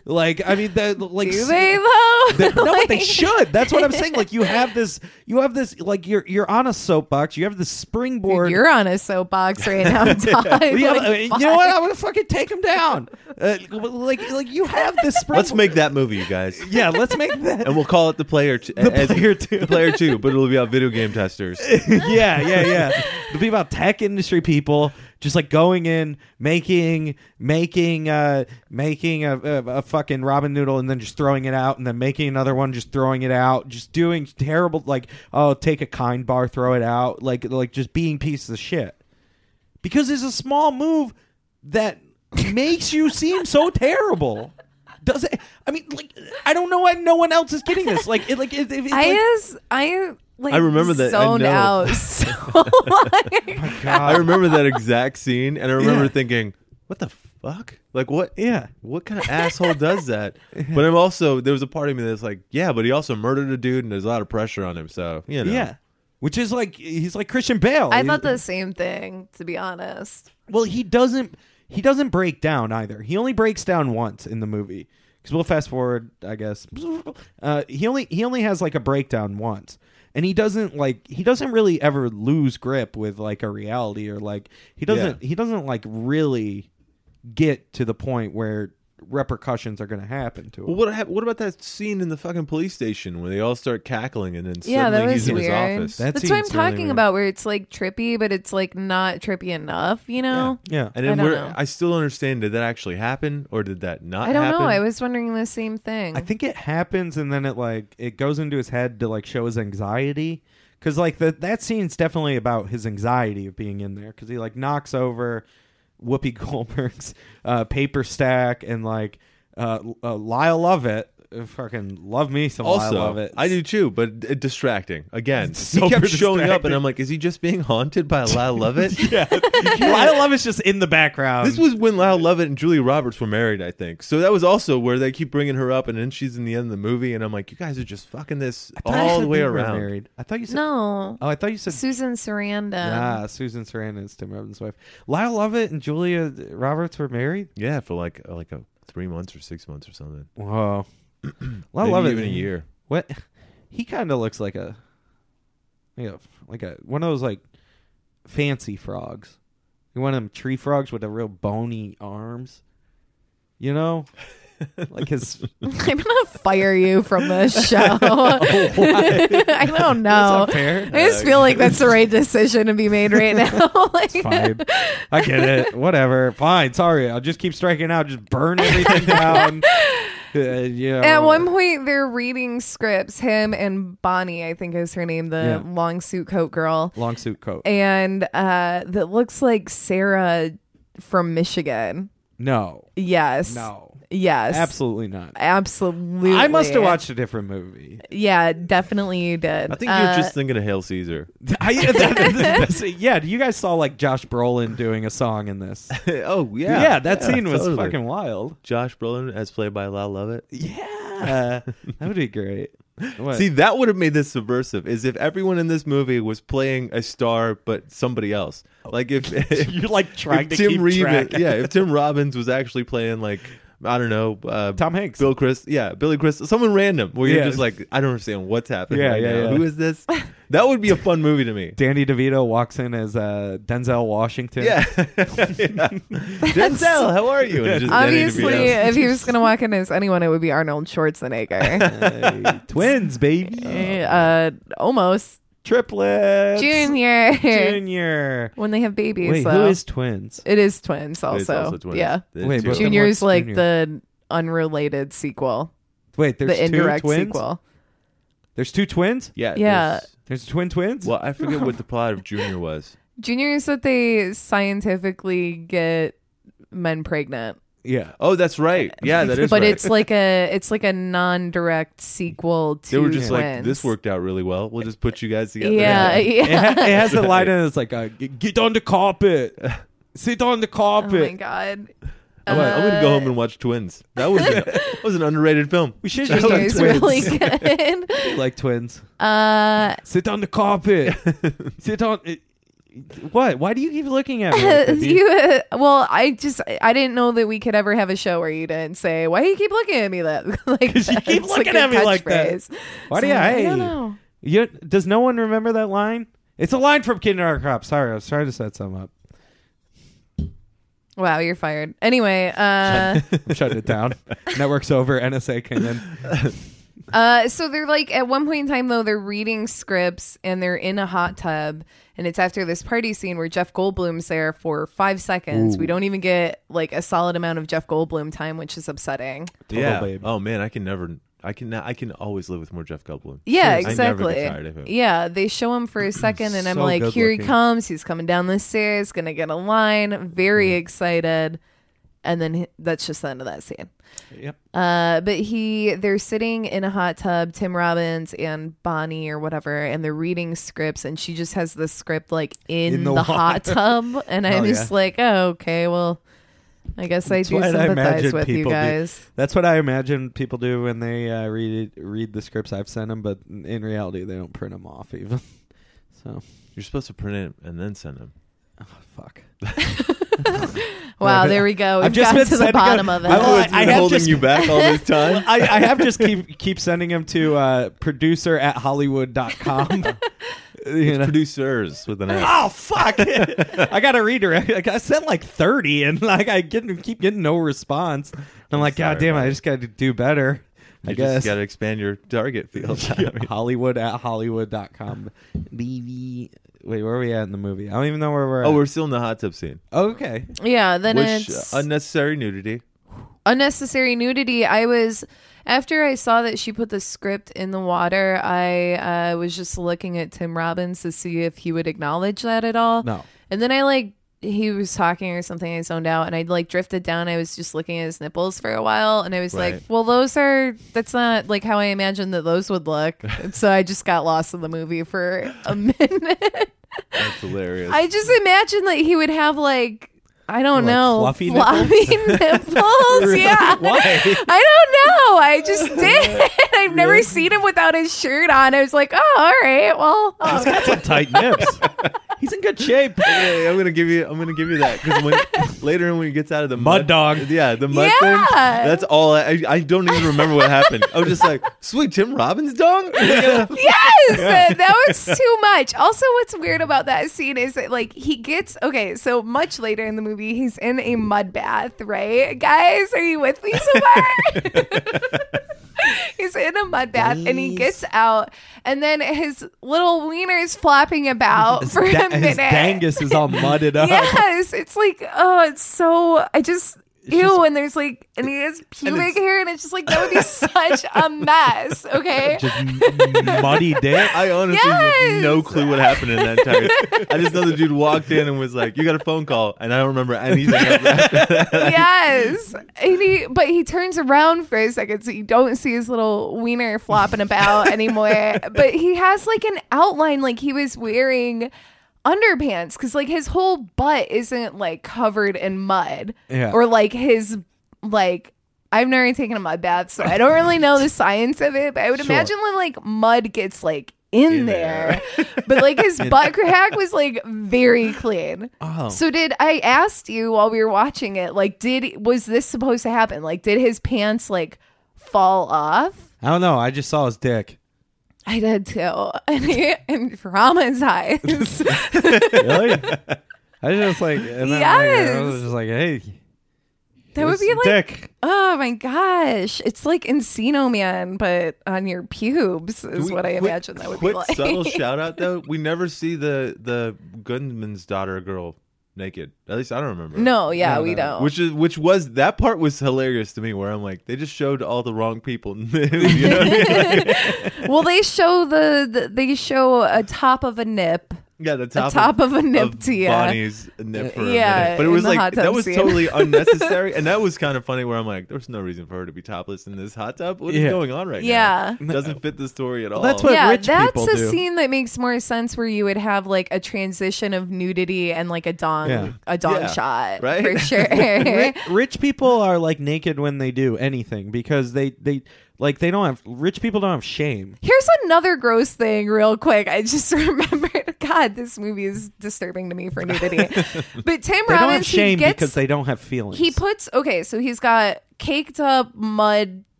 S4: <laughs>
S2: like, I mean, that like <laughs>
S4: Do they though?
S2: They- no, but they
S4: <laughs> Like-
S2: should. That's what I'm saying. Like you have this, you have this, like you're you're on a soapbox. You have this springboard.
S4: You're on a soapbox
S2: <laughs>
S4: right now, Todd.
S2: You have-
S4: Like,
S2: I mean, you know what? I'm gonna fucking take him down. Uh, like like you have this springboard. <laughs>
S3: Let's make that movie, you guys,
S2: yeah. Let's <laughs> make that.
S3: and we'll call it the player. T-
S2: The Player Two.
S3: The player two, but it'll be about video game testers.
S2: yeah, yeah, yeah. It'll be about tech industry people just like going in, making, making, uh, making a, a, a fucking ramen noodle and then just throwing it out and then making another one, just throwing it out, just doing terrible, like, oh, take a kind bar, throw it out, like, like just being pieces of shit. Because it's a small move that makes you seem so terrible. Does it? I mean, like, I don't know why no one else is getting this. Like, it, like, it, it, it's like,
S4: I is I like
S3: I remember that, I
S4: zoned
S2: <laughs>
S3: know.
S4: out so <laughs> like,
S2: <laughs> God.
S3: I remember that exact scene, and I remember
S2: Yeah.
S3: thinking, "What the fuck? Like what?
S2: Yeah.
S3: what kind of asshole does that?" But I'm also there was a part of me that's like, "Yeah, but he also murdered a dude, and there's a lot of pressure on him, so you know."
S2: Yeah. Which is like he's like Christian Bale.
S4: I
S2: He-
S4: thought the same thing, to be honest.
S2: Well, he doesn't. He doesn't break down either. He only breaks down once in the movie. Because we'll fast forward, I guess. <laughs> Uh, he only he only has like a breakdown once, and he doesn't like he doesn't really ever lose grip with like a reality or like he doesn't he doesn't like really get to the point where repercussions are going to happen to him.
S3: Well, what hap- what about that scene in the fucking police station where they all start cackling and then
S4: Yeah,
S3: suddenly
S4: that
S3: he's
S4: was
S3: in
S4: weird.
S3: his office?
S2: That
S4: That's what I'm
S2: seems really
S4: talking
S2: weird.
S4: about, where it's like trippy, but it's like not trippy enough, you know?
S2: yeah.
S3: and
S4: I
S3: then
S4: don't
S3: we're,
S4: know.
S3: I still don't understand. Did that actually happen, or did that not?
S4: I don't
S3: happen?
S4: know. I was wondering the same thing.
S2: I think it happens, and then it like it goes into his head to like show his anxiety, because like that that scene's definitely about his anxiety of being in there, because he like knocks over Whoopi <laughs> Goldberg's uh, paper stack and like uh, uh, Lyle Lovett, uh, fucking love me some
S3: Also,
S2: Lyle Lovett.
S3: Oh, I do too, but d- distracting again.
S2: super
S3: <laughs> he kept showing up,
S2: distracting.
S3: and I'm like, "Is he just being haunted by Lyle <laughs> Lovett?"
S2: <laughs> Yeah, Lyle Lovett's just in the background.
S3: This was when Lyle Lovett and Julia Roberts were married, I think. So that was also where they keep bringing her up, and then she's in the end of the movie, and I'm like, you guys are just fucking this
S2: I thought you
S3: all
S2: said
S3: the way
S2: they were
S3: around.
S2: Married. I thought you said.
S4: no.
S2: Oh, I thought you said
S4: Susan Sarandon.
S2: Ah, Susan Sarandon is Tim Robbins' wife. Lyle Lovett and Julia Roberts were married.
S3: Yeah, for like uh, like a three months or six months or something.
S2: <clears throat> Whoa, Lyle
S3: Maybe
S2: Lovett
S3: even a year.
S2: What? He kind of looks like a, like a, like a one of those like fancy frogs. You want them tree frogs with the real bony arms, you know, like <laughs> his.
S4: <laughs> I'm gonna fire you from
S2: <laughs>
S4: the show. <laughs> I don't know.
S2: That's not fair.
S4: I just feel like that's
S2: <laughs>
S4: the right decision to be made right now. <laughs> Like,
S2: Fine, I get <laughs> it. Whatever. Fine. Sorry, I'll just keep striking out. Just burn
S4: <laughs>
S2: everything down. Uh, you know.
S4: At one point, they're reading scripts. Him and Bonnie, I think is her name, the
S2: Yeah.
S4: long suit coat girl,
S2: long suit coat.
S4: and uh, that looks like Sarah from Michigan.
S2: No.
S4: Yes.
S2: No.
S4: Yes.
S2: Absolutely not.
S4: Absolutely.
S2: I must have watched a different movie.
S4: Yeah, definitely you did.
S3: I think
S4: Uh,
S3: you're just thinking of Hail <laughs> Caesar.
S2: I, that- that's- yeah, you guys saw like Josh Brolin doing a song in
S3: <laughs>
S2: this.
S3: oh
S2: Yeah, that scene was
S3: totally.
S2: fucking wild.
S3: Josh Brolin as played by Lyle Lovett.
S2: Yeah, that would be great. What?
S3: See, that would have made this subversive. Is if everyone in this movie was playing a star, but somebody else.
S2: <laughs>
S3: Like if,
S2: <laughs>
S3: if
S2: you're like Oh. trying to
S3: if Tim
S2: keep
S3: Reeve-
S2: track.
S3: yeah, if Tim Robbins was actually playing like I don't know, uh,
S2: Tom Hanks.
S3: Bill Chris, yeah, Billy Chris, someone random where you're
S2: Yeah.
S3: just like, I don't understand what's happening.
S2: Yeah,
S3: right
S2: yeah,
S3: now.
S2: yeah.
S3: Who is this? That would be a fun movie
S2: <laughs>
S3: to me.
S2: Danny DeVito walks in as uh, Denzel Washington. <laughs>
S3: Yeah, Yeah. Denzel, how are you? And just Danny
S4: obviously,
S3: DeVito.
S4: if he was going to walk in as anyone, it would be Arnold
S2: <laughs>
S4: Schwarzenegger.
S3: <laughs>
S2: Hey, twins, baby.
S4: uh, almost
S2: Triplets.
S4: junior. uh,
S2: Junior.
S4: when they have babies,
S2: Wait,
S4: though.
S2: who is twins?
S4: it is twins also.
S3: It's also twins.
S4: Yeah,
S3: The
S2: Wait,
S3: two-
S2: but- Then
S4: junior is
S2: what's
S4: like
S2: Junior?
S4: the unrelated sequel,
S2: Wait, there's
S4: the indirect
S2: two twins.
S4: sequel.
S2: There's two twins.
S3: yeah,
S4: Yeah.
S3: there's-
S2: There's twin twins.
S3: Well, I forget what the plot of Junior
S4: <laughs>
S3: was.
S4: Junior is that they scientifically get men pregnant,
S2: Yeah.
S3: Oh, that's right. Yeah, that is.
S4: but
S3: right.
S4: it's like a it's like a non-direct sequel to.
S3: they were just like,
S4: Twins.
S3: this worked out really well. We'll just put you guys together.
S4: Yeah,
S2: It,
S4: yeah.
S2: ha- it has the line in it that's like, uh, "G- "Get on the carpet, sit on the
S4: <laughs> Oh my
S2: carpet."
S4: god.
S3: I'm, gonna- I'm gonna go home and watch Twins. That was
S4: <laughs>
S3: an, that was an
S2: <laughs>
S3: underrated film.
S2: we should just
S4: Junior
S2: done
S4: is
S2: twins. <laughs>
S4: really good.
S2: like twins.
S4: Uh,
S2: Sit on the carpet. sit on. It, what? Why do you keep looking at me?
S4: <laughs>
S2: like that, dude?
S4: you uh, well, I just I didn't know that we could ever have a show where you didn't say, "Why do you keep looking at me that <laughs> like
S2: 'Cause you
S4: that?"
S2: keep
S4: It's
S2: looking
S4: a
S2: at me like that.
S4: catchphrase.
S2: Why do
S4: So
S2: you?
S4: I
S2: Hey,
S4: don't know.
S2: You, does no one remember that line? It's a line from Kindergarten Cop. Sorry, I was trying to set some up.
S4: Wow, you're fired. Anyway,
S2: <laughs>
S4: uh,
S2: I'm shutting it down. Network's over. NSA came in.
S4: uh, so they're like at one point in time though they're reading scripts and they're in a hot tub and it's after this party scene where Jeff Goldblum's there for five seconds. We don't even get like a solid amount of Jeff Goldblum time, which is upsetting.
S3: yeah.
S2: babe.
S3: Oh man, I can never. I can. I can always live with more Jeff Goldblum.
S4: Yeah,
S3: Seriously. I never
S4: exactly.
S3: get tired of him.
S4: Yeah, they show him for
S2: <clears throat>
S4: a second, and I'm
S2: So
S4: like,
S2: good
S4: here he
S2: looking.
S4: comes. He's coming down the stairs, gonna get a line. Very excited. And then he- that's just the end of that scene.
S2: Yep.
S4: Uh, but he, they're sitting in a hot tub, Tim Robbins and Bonnie or whatever, and they're reading scripts, and she just has the script like in,
S2: In
S4: the,
S2: the
S4: hot
S2: water.
S4: tub,
S2: <laughs>
S4: and I'm
S2: Oh,
S4: just like, oh, okay, well, I guess I do
S2: what I
S4: sympathize
S2: imagine
S4: with you
S2: people do.
S4: guys.
S2: That's what I imagine people do when they uh, read read the scripts I've sent them, but in reality, they don't print them off even. So,
S3: You're supposed to print it and then send him.
S2: oh, fuck.
S4: Wow,
S2: but <laughs>
S4: there we go. We've
S2: I've just
S4: gotten
S2: been
S4: to the
S2: sending
S4: bottom
S2: out-
S4: of it.
S2: I've always been I have
S3: holding
S2: just-
S3: you back
S2: <laughs>
S3: all this time.
S2: I, I have just keep keep sending them to uh, producer at
S4: <laughs>
S2: hollywood.com. you know.
S3: Producers with an S.
S2: Oh fuck! <laughs> I got to redirect. Like, I sent like thirty, and like I get, keep getting no response. And I'm, like,
S3: sorry,
S2: God damn! it, I
S3: buddy.
S2: just got to do better. I
S3: You
S2: guess <laughs>
S3: just <laughs> got to expand your target field. I mean,
S2: Hollywood at Hollywood.com. BV. Wait, where are we at in the movie? I don't even know where we're
S3: oh,
S2: at.
S3: we're still in the hot tub scene.
S2: okay.
S4: yeah, then
S3: Which
S4: it's
S3: uh, unnecessary nudity.
S4: unnecessary nudity i was after i saw that she put the script in the water i uh, was just looking at tim robbins to see if he would acknowledge that at all
S2: No.
S4: and then i like he was talking or something i zoned out and i like drifted down i was just looking at his nipples for a while and i was like
S3: Right.
S4: well those are that's not like how i imagined that those
S3: <laughs>
S4: would look And so i just got lost in the movie for a minute
S3: That's hilarious. <laughs>
S4: I just imagine that he would have like I don't
S2: Like
S4: know
S2: fluffy
S4: <laughs> nipples.
S2: <laughs>
S4: yeah,
S2: Why?
S4: I don't know. I
S2: <laughs>
S4: just did. <laughs> I've never seen him without his shirt on. I was like, oh, all right, well, oh.
S2: Got some tight nips. He's in good shape.
S3: Hey, I'm gonna give you. I'm gonna give you that because when <laughs> later when he gets out of the
S2: Mud
S3: mud,
S2: dog.
S3: yeah, the mud
S4: Yeah.
S3: thing. That's all. I, I I don't even remember what happened. I was just like, sweet Tim Robbins
S4: <laughs>
S3: dong.
S4: yes, <laughs> that was too much. Also, what's weird about that scene is that like he gets okay. So much later in the movie, he's in a mud bath, right? Guys, are you with me so far? <laughs> He's in a mud bath and he
S2: Please.
S4: gets out, and then his little wiener's flopping about for
S2: Da-
S4: a minute. <laughs>
S2: his dangus is all mudded up.
S4: Yes, it's like oh, it's so. I just ew, and there's like, and he has pubic hair, and it's just like that would be such a mess. Okay,
S2: Just m- muddy dick.
S3: I honestly
S4: Yes!
S3: have no clue what happened in that entire. <laughs> I just know the dude walked in and was like, "You got a phone call," and I don't remember anything. Else after that.
S4: yes. And he, but he turns around for a second, so you don't see his little wiener flopping about anymore. But he has like an outline, like he was wearing underpants, because like his whole butt isn't like covered in mud,
S2: Yeah.
S4: or like his like. I've never taken a mud bath, so I don't really know the science of it. But I would
S2: Sure.
S4: imagine when like mud gets like in,
S3: In
S4: there, but like his butt crack was like very clean.
S2: <laughs> Oh.
S4: So did I asked you while we were watching it, like, did was this supposed to happen? Like, did his pants like fall off?
S2: I don't know. I just saw his dick.
S4: I did too, <laughs> and he and traumatized.
S2: really? <laughs> I was just like, and then later, I was
S4: Yes.
S2: just like, hey,
S4: that would
S2: here's
S4: be
S2: some
S4: like,
S2: dick.
S4: <laughs> oh my gosh, it's like Encino Man, but on your pubes is
S3: We-
S4: what I
S3: quick-
S4: imagine that would
S3: quick
S4: be like. <laughs>
S3: Subtle shout out though. We never see the the gunman's daughter girl naked. At least I don't remember.
S4: no, yeah,
S2: No,
S4: we
S2: no.
S4: don't.
S3: Which is which was that part was hilarious to me where I'm like they just showed all the wrong people. <laughs> You know what I mean?
S4: <laughs> well, they show the, the they show a top of a nip,
S3: Yeah, the
S4: a
S3: top,
S4: top of, a nip
S3: of
S4: to you.
S3: Bonnie's nip for a
S4: Yeah,
S3: minute. But it
S4: in
S3: was
S4: the hot
S3: like
S4: tub
S3: that was
S4: scene. <laughs>
S3: totally unnecessary, and that was kind of funny. Where I'm like, there's no reason for her to be topless in this hot tub. What is
S2: Yeah.
S3: going on right
S4: Yeah. <laughs>
S3: now? Doesn't fit the story at all.
S2: that's what-
S4: yeah,
S2: rich
S4: that's
S2: people
S4: a
S2: do.
S4: scene that makes more sense where you would have like a transition of nudity and like a dong
S2: Yeah.
S4: a dong
S3: Yeah,
S4: shot
S3: right?
S2: <laughs>
S4: for sure. Eh.
S2: Ri- rich people are like naked when they do anything because they they like they don't have rich people don't have shame.
S4: Here's another gross thing, real quick. I just <laughs> remembered. God, this movie is disturbing to me for
S2: <laughs>
S4: nudity.
S2: They
S4: but Tim
S2: don't have
S4: Robbins, he
S2: shame
S4: gets
S2: because they don't have feelings.
S4: he puts okay, so he's got caked up mud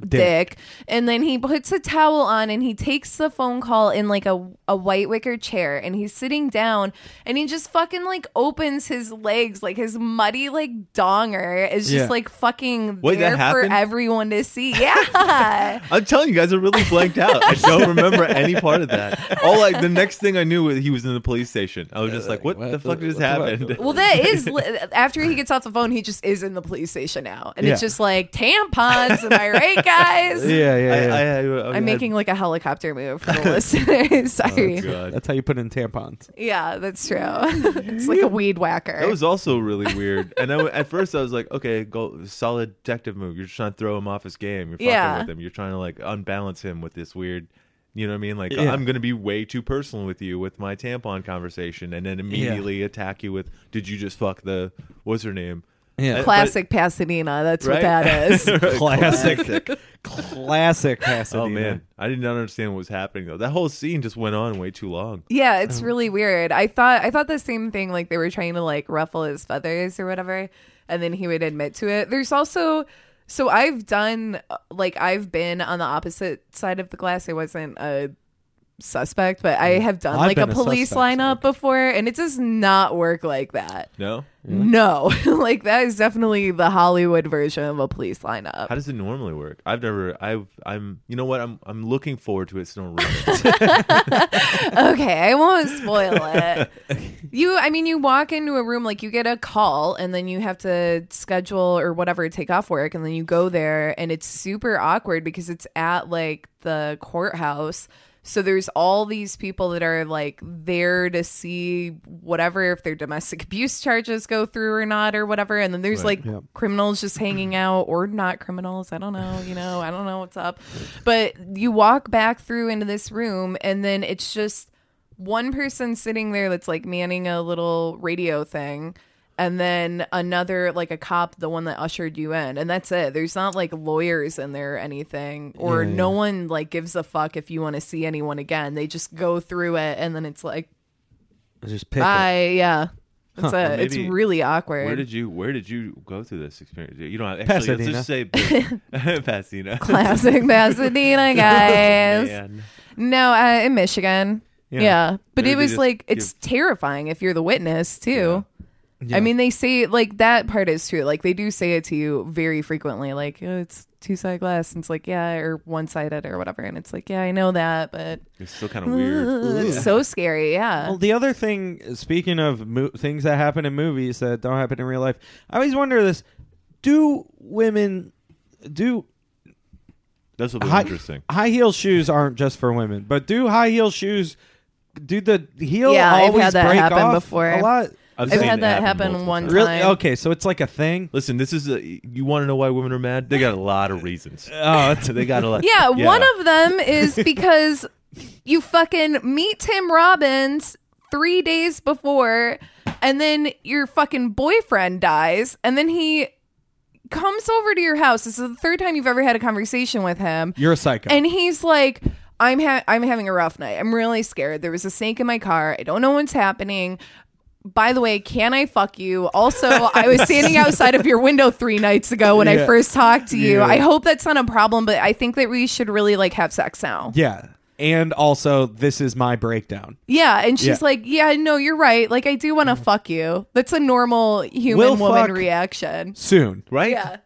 S4: dick. and then he puts a towel on and he takes the phone call in like a, a white wicker chair and he's sitting down and he just fucking like opens his legs like his muddy like donger is just
S2: Yeah.
S4: like fucking
S3: Wait, that
S4: there for
S3: happened?
S4: everyone to see <laughs> yeah
S3: <laughs> I'm telling you guys, I really blanked out. I
S4: <laughs>
S3: don't remember any part of that. All like the next thing I knew was he was in the police station. I was just like, what,
S2: what the-
S3: the fuck just
S2: what the fuck?
S3: happened?
S4: well that is li- after he gets off the phone he just is in the police station now and it's
S2: Yeah.
S4: just like tampons am i right guys
S2: yeah, yeah,
S3: I,
S2: yeah.
S4: I'm making like a helicopter move for the <laughs> listeners. Sorry.
S3: God.
S2: That's how you put in tampons.
S4: yeah, that's true. <laughs> it's like a weed whacker.
S3: That was also really weird. And I, at first, I was like, okay, go solid detective move. You're just trying to throw him off his game. You're fucking
S4: Yeah.
S3: with him. You're trying to like unbalance him with this weird. You know what I mean? Like
S2: Yeah.
S3: I'm gonna be way too personal with you with my tampon conversation, and then immediately attack you with, "Did you just fuck the what's her name?"
S2: Yeah.
S3: Uh,
S4: Classic Pasadena. That's
S3: Right?
S4: what
S3: <laughs>
S4: that
S2: <laughs>
S4: is.
S2: Classic, classic Pasadena.
S3: Oh man, I did not understand what was happening though. That whole scene just went on way too long.
S4: yeah, it's really weird. I thought I thought the same thing. Like they were trying to like ruffle his feathers or whatever, and then he would admit to it. There's also so I've done uh, like I've been on the opposite side of the glass. I wasn't a suspect, but I have done
S2: I've
S4: like a
S2: been a
S4: police
S2: suspect,
S4: lineup before, and it does not work like that.
S3: No,
S4: No, <laughs> like that is definitely the Hollywood version of a police lineup.
S3: how does it normally work? I've never. I've. I'm. You know what? I'm. I'm looking forward to it. It's not real.
S4: okay, I won't spoil it. you, I mean, you walk into a room like you get a call, and then you have to schedule or whatever, take off work, and then you go there, and it's super awkward because it's at like the courthouse. So there's all these people that are like there to see whatever if their domestic <laughs> abuse charges go through or not or whatever, and then there's
S3: Right.
S4: like criminals just hanging out or not criminals. I don't know, you know, I don't know what's up. But you walk back through into this room, and then it's just one person sitting there that's like manning a little radio thing and then another like a cop the one that ushered you in and that's it there's not like lawyers in there or anything or no one like gives a fuck if you want to see anyone again they just go through it and then it's like
S2: Just pick it.
S4: bye yeah that's
S2: Huh.
S4: it. it's
S3: Maybe-
S4: really awkward
S3: Where did you Where did you go through this experience? You don't have actually. Let's just
S4: <laughs>
S3: say Pasadena. <laughs>
S4: classic pasadena guys
S3: Man.
S4: no uh, in michigan yeah,
S2: Yeah.
S4: but it
S3: Maybe
S4: was
S3: just
S4: like
S3: give-
S4: it's terrifying if you're the witness too
S2: Yeah.
S4: I mean, they say like that part is true. Like they do say it to you very frequently. Like oh, it's two sided glass, and it's like yeah, or one sided or whatever, and it's like yeah, I know that, but
S3: It's still kind of weird.
S4: Ugh, it's so scary. Yeah,
S2: Well, the other thing, speaking of mo- things that happen in movies that don't happen in real life, I always wonder this: do women do
S3: This will be
S2: high,
S3: interesting.
S2: high heel shoes aren't just for women, but do high heel shoes do the heel
S4: Yeah, I've
S2: always
S4: had that
S2: break
S4: happen
S2: off
S4: before.
S2: a lot?
S3: I've,
S4: I've
S3: seen
S4: had
S3: it
S4: that happen
S3: multiple
S4: one
S3: times.
S4: time.
S2: Really? Okay, so it's like a thing.
S3: Listen, this is a, you want to know why women are mad? They got a lot of reasons.
S2: <laughs> Oh, it's
S3: <laughs> they got a lot.
S4: Yeah, one of them is <laughs> because you fucking meet Tim Robbins three days before, and then your fucking boyfriend dies, and then he comes over to your house. This is the third time you've ever had a conversation with him,
S2: you're a psycho.
S4: and he's like. I'm ha- I'm having a rough night. I'm really scared. There was a snake in my car. I don't know what's happening. By the way, can I fuck you? Also,
S2: <laughs>
S4: I was standing outside of your window three nights ago when I
S2: Yeah.
S4: first talked to you.
S2: Yeah.
S4: I hope that's not a problem, but I think that we should really like have sex now.
S2: yeah. And also this is my breakdown.
S4: Yeah, and she's
S2: Yeah. Mm-hmm.
S4: like, "Yeah, no, you're right. Like, I do want to fuck you. That's a normal human
S2: We'll
S4: woman
S2: fuck-
S4: reaction."
S2: Soon.
S3: Right? <laughs>
S4: Yeah.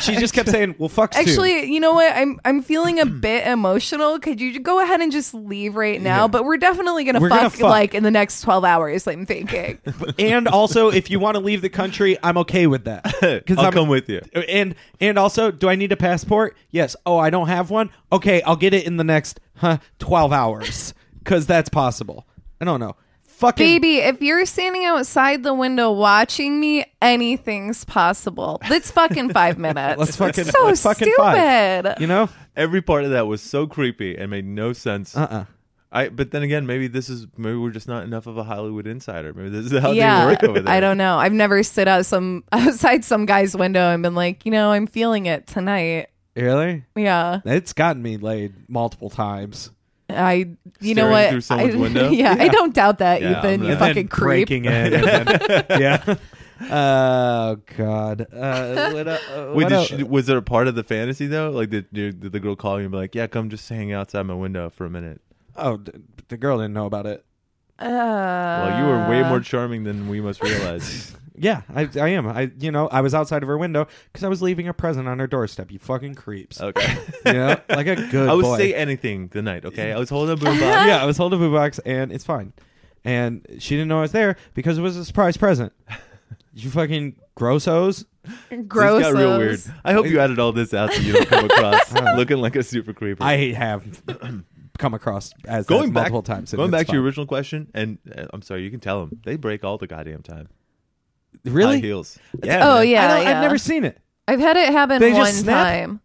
S2: She just kept saying, "Well, fuck soon."
S4: Actually, you know what? I'm I'm feeling
S3: <clears throat>
S4: a bit emotional. Could you go ahead and just leave right now? But we're definitely gonna,
S2: We're
S4: fuck,
S2: gonna fuck.
S4: like in the next twelve hours.
S3: <laughs>
S4: I'm thinking.
S2: and also if you want to leave the country, I'm okay with that. <laughs> Cuz
S3: I'll come with you.
S2: And and also, do I need a passport? Yes. Oh, I don't have one. Okay, I'll get it in the next huh, 12 hours cuz that's possible. I don't know. Fucking
S4: Baby, if you're standing outside the window watching me, anything's possible. Let's fucking
S3: <laughs>
S4: five minutes.
S2: Let's fucking
S4: so
S2: let's fucking
S4: stupid.
S2: five. You know?
S3: Every part of that was so creepy and made no sense.
S2: Uh-uh.
S3: I but then again, maybe this is maybe we're just not enough of a Hollywood insider. Maybe this is how they
S4: yeah,
S3: work over there.
S4: I don't know. I've never stood out some <laughs> outside some guy's window and been like, you know, I'm feeling it tonight.
S2: Really?
S4: Yeah,
S2: It's gotten me laid multiple times.
S4: I. You know
S3: Staring
S4: what?
S3: through someone's
S4: <laughs> I,
S3: window?
S4: Yeah, I
S2: Yeah.
S4: don't doubt that,
S3: Yeah,
S4: Ethan.
S3: I'm
S4: You
S3: not-
S4: fucking creep.
S2: breaking in.
S4: <laughs>
S2: and then- yeah. Oh God. Uh, what, uh,
S3: <laughs>
S2: uh,
S3: Wait,
S2: what
S3: did
S2: el-
S3: she, was there a part of the fantasy though? Like, did, did did the girl call you and be like, "Yeah, come just hang outside my window for a minute"?
S2: oh, d- the girl didn't know about it.
S4: Uh,
S3: well, you were way
S2: Uh.
S3: more charming than we must realize.
S2: <laughs> Yeah, I, I am. I, you know, I was outside of her window because I was leaving a present on her doorstep. You fucking creeps.
S3: okay,
S2: You know, like a good
S3: Oh. I would
S2: boy.
S3: say anything the night. Okay, I was holding a
S2: <laughs>
S3: boom <laughs> box.
S2: yeah, I was holding a boo box, and it's fine. And she didn't know I was there because it was a surprise
S3: <laughs>
S2: present. You fucking grossos.
S4: gross.
S3: This got real weird. I hope you added all this out so you
S2: <laughs>
S3: don't come across looking like a super creeper.
S2: I have <clears throat> come across as that
S3: going back
S2: multiple times. and
S3: Going
S2: it's
S3: back to your
S2: fine.
S3: original question, and uh, I'm sorry, you can tell them they break all the goddamn time.
S2: really.
S3: High heels. Yeah.
S4: oh,
S3: man.
S4: yeah.
S2: I don't,
S4: yeah.
S2: I've never seen it.
S4: I've had it happen
S2: They just
S4: one
S2: snap?
S4: time.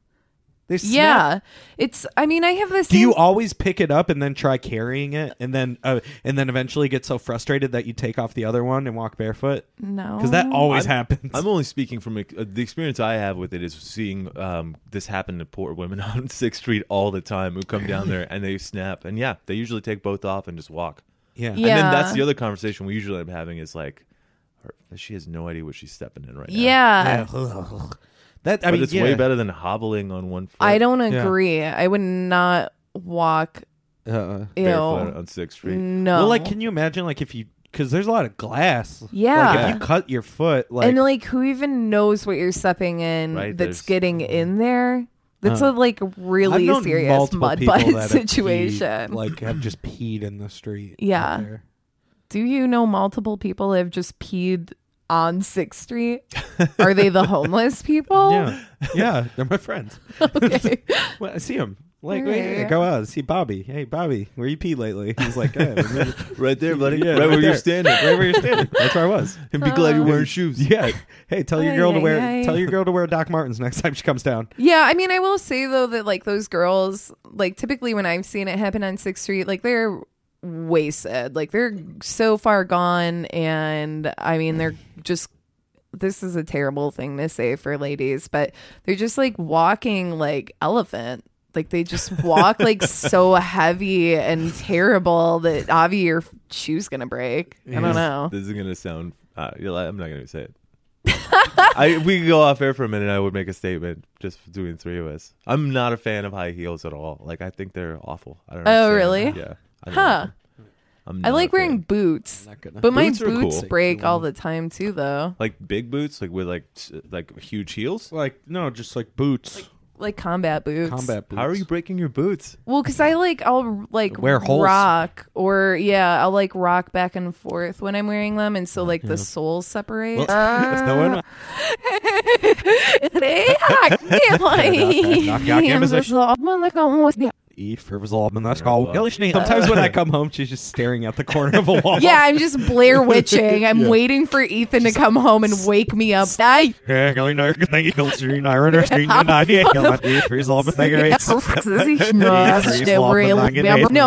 S2: They snap.
S4: Yeah, it's. I mean, I have this.
S2: Do you always pick it up and then try carrying it, and then uh, and then eventually get so frustrated that you take off the other one and walk barefoot?
S4: no?
S2: Because that always
S3: I'm-
S2: happens.
S3: I'm only speaking from ex- uh, the experience I have with it is seeing um, this happen to poor women <laughs> on Sixth Street all the time who come down there and they snap. And yeah, they usually take both off and just walk.
S2: yeah.
S4: Yeah.
S3: And then that's the other conversation we usually am having is like, her, she has no idea what she's stepping in right now.
S4: Yeah.
S2: Yeah. That I
S3: but
S2: mean,
S3: it's
S2: yeah.
S3: way better than hobbling on one foot.
S4: I don't
S2: Yeah.
S4: agree. I would not walk.
S2: Uh,
S4: Ew.
S3: barefoot on Sixth Street.
S4: No.
S2: Well, like, can you imagine, like, if you because there's a lot of glass.
S4: Yeah.
S2: Like, if you cut your foot, like,
S4: and like, who even knows what you're stepping in
S3: Right,
S4: that's
S3: there's-
S4: getting in there? That's a like really
S2: Hmm. I've known
S4: serious
S2: multiple
S4: mud
S2: people that have
S4: butt situation.
S2: peed, like, have just peed in the street. out
S4: Yeah.
S2: there.
S4: Do you know multiple people that have just peed on Sixth Street? Are they the homeless people?
S2: Yeah. Yeah. They're my friends.
S4: <laughs> Okay.
S2: Well, I see him. Like,
S4: Yeah,
S2: hey,
S4: yeah, yeah.
S2: go out. See Bobby. Hey, Bobby, where you pee lately? He's like,
S4: <laughs>
S2: yeah, right
S3: Right there, buddy.
S2: Yeah,
S3: right,
S2: right there.
S3: where you're standing.
S2: where you're standing. That's where I was.
S3: <laughs> And be glad
S4: Oh.
S3: you're wearing shoes.
S2: Yeah. Hey, tell your
S4: Ay,
S2: girl to
S4: ay,
S2: wear.
S4: ay.
S2: Tell your girl to wear Doc Martens next time she comes down.
S4: Yeah, I mean, I will say though that like those girls, like typically when I've seen it happen on Sixth Street, like they're wasted, like they're so far gone, and I mean they're just. This is a terrible thing to say for ladies, but they're just like walking like elephant. Like they just walk like
S3: <laughs>
S4: so heavy and terrible that Avi your shoe's gonna break. I don't know.
S3: This is gonna sound. Uh, you'll- I'm not gonna
S4: <laughs>
S3: say it. I, if we could go off air for a minute. I would make a statement just doing three of us. I'm not a fan of high heels at all. Like I think they're awful. I don't.
S4: Oh,
S3: understand.
S4: really?
S3: Yeah. I don't
S4: Huh.
S3: like them. I'm
S4: I
S3: not
S4: like
S3: a fan.
S4: wearing boots,
S2: not gonna-
S4: but my
S3: Boots
S4: boots,
S3: are cool.
S4: break all the time too, though.
S3: like big boots, like with like s- like huge heels.
S2: Like, no, just like boots.
S4: like combat boots.
S2: Combat <laughs> boots.
S3: How are you breaking your boots?
S4: Well, because I like I'll like
S2: Wear holes.
S4: rock or yeah I'll like rock back and forth when I'm wearing them, and so like the soles separate.
S2: Well, <laughs> that's no
S4: Uh, <laughs>
S2: one- Eat Rivers Altman. That's all. Sometimes when I come home, she's just staring out the corner of a wall.
S4: yeah, I'm just Blair witching. I'm waiting for Ethan to come home and wake me up. I
S2: Yeah, going there, thank you, Gulsirine, I understand your idea. Come on, eat Rivers
S4: <laughs>
S2: Altman, thank you, it's-
S4: no,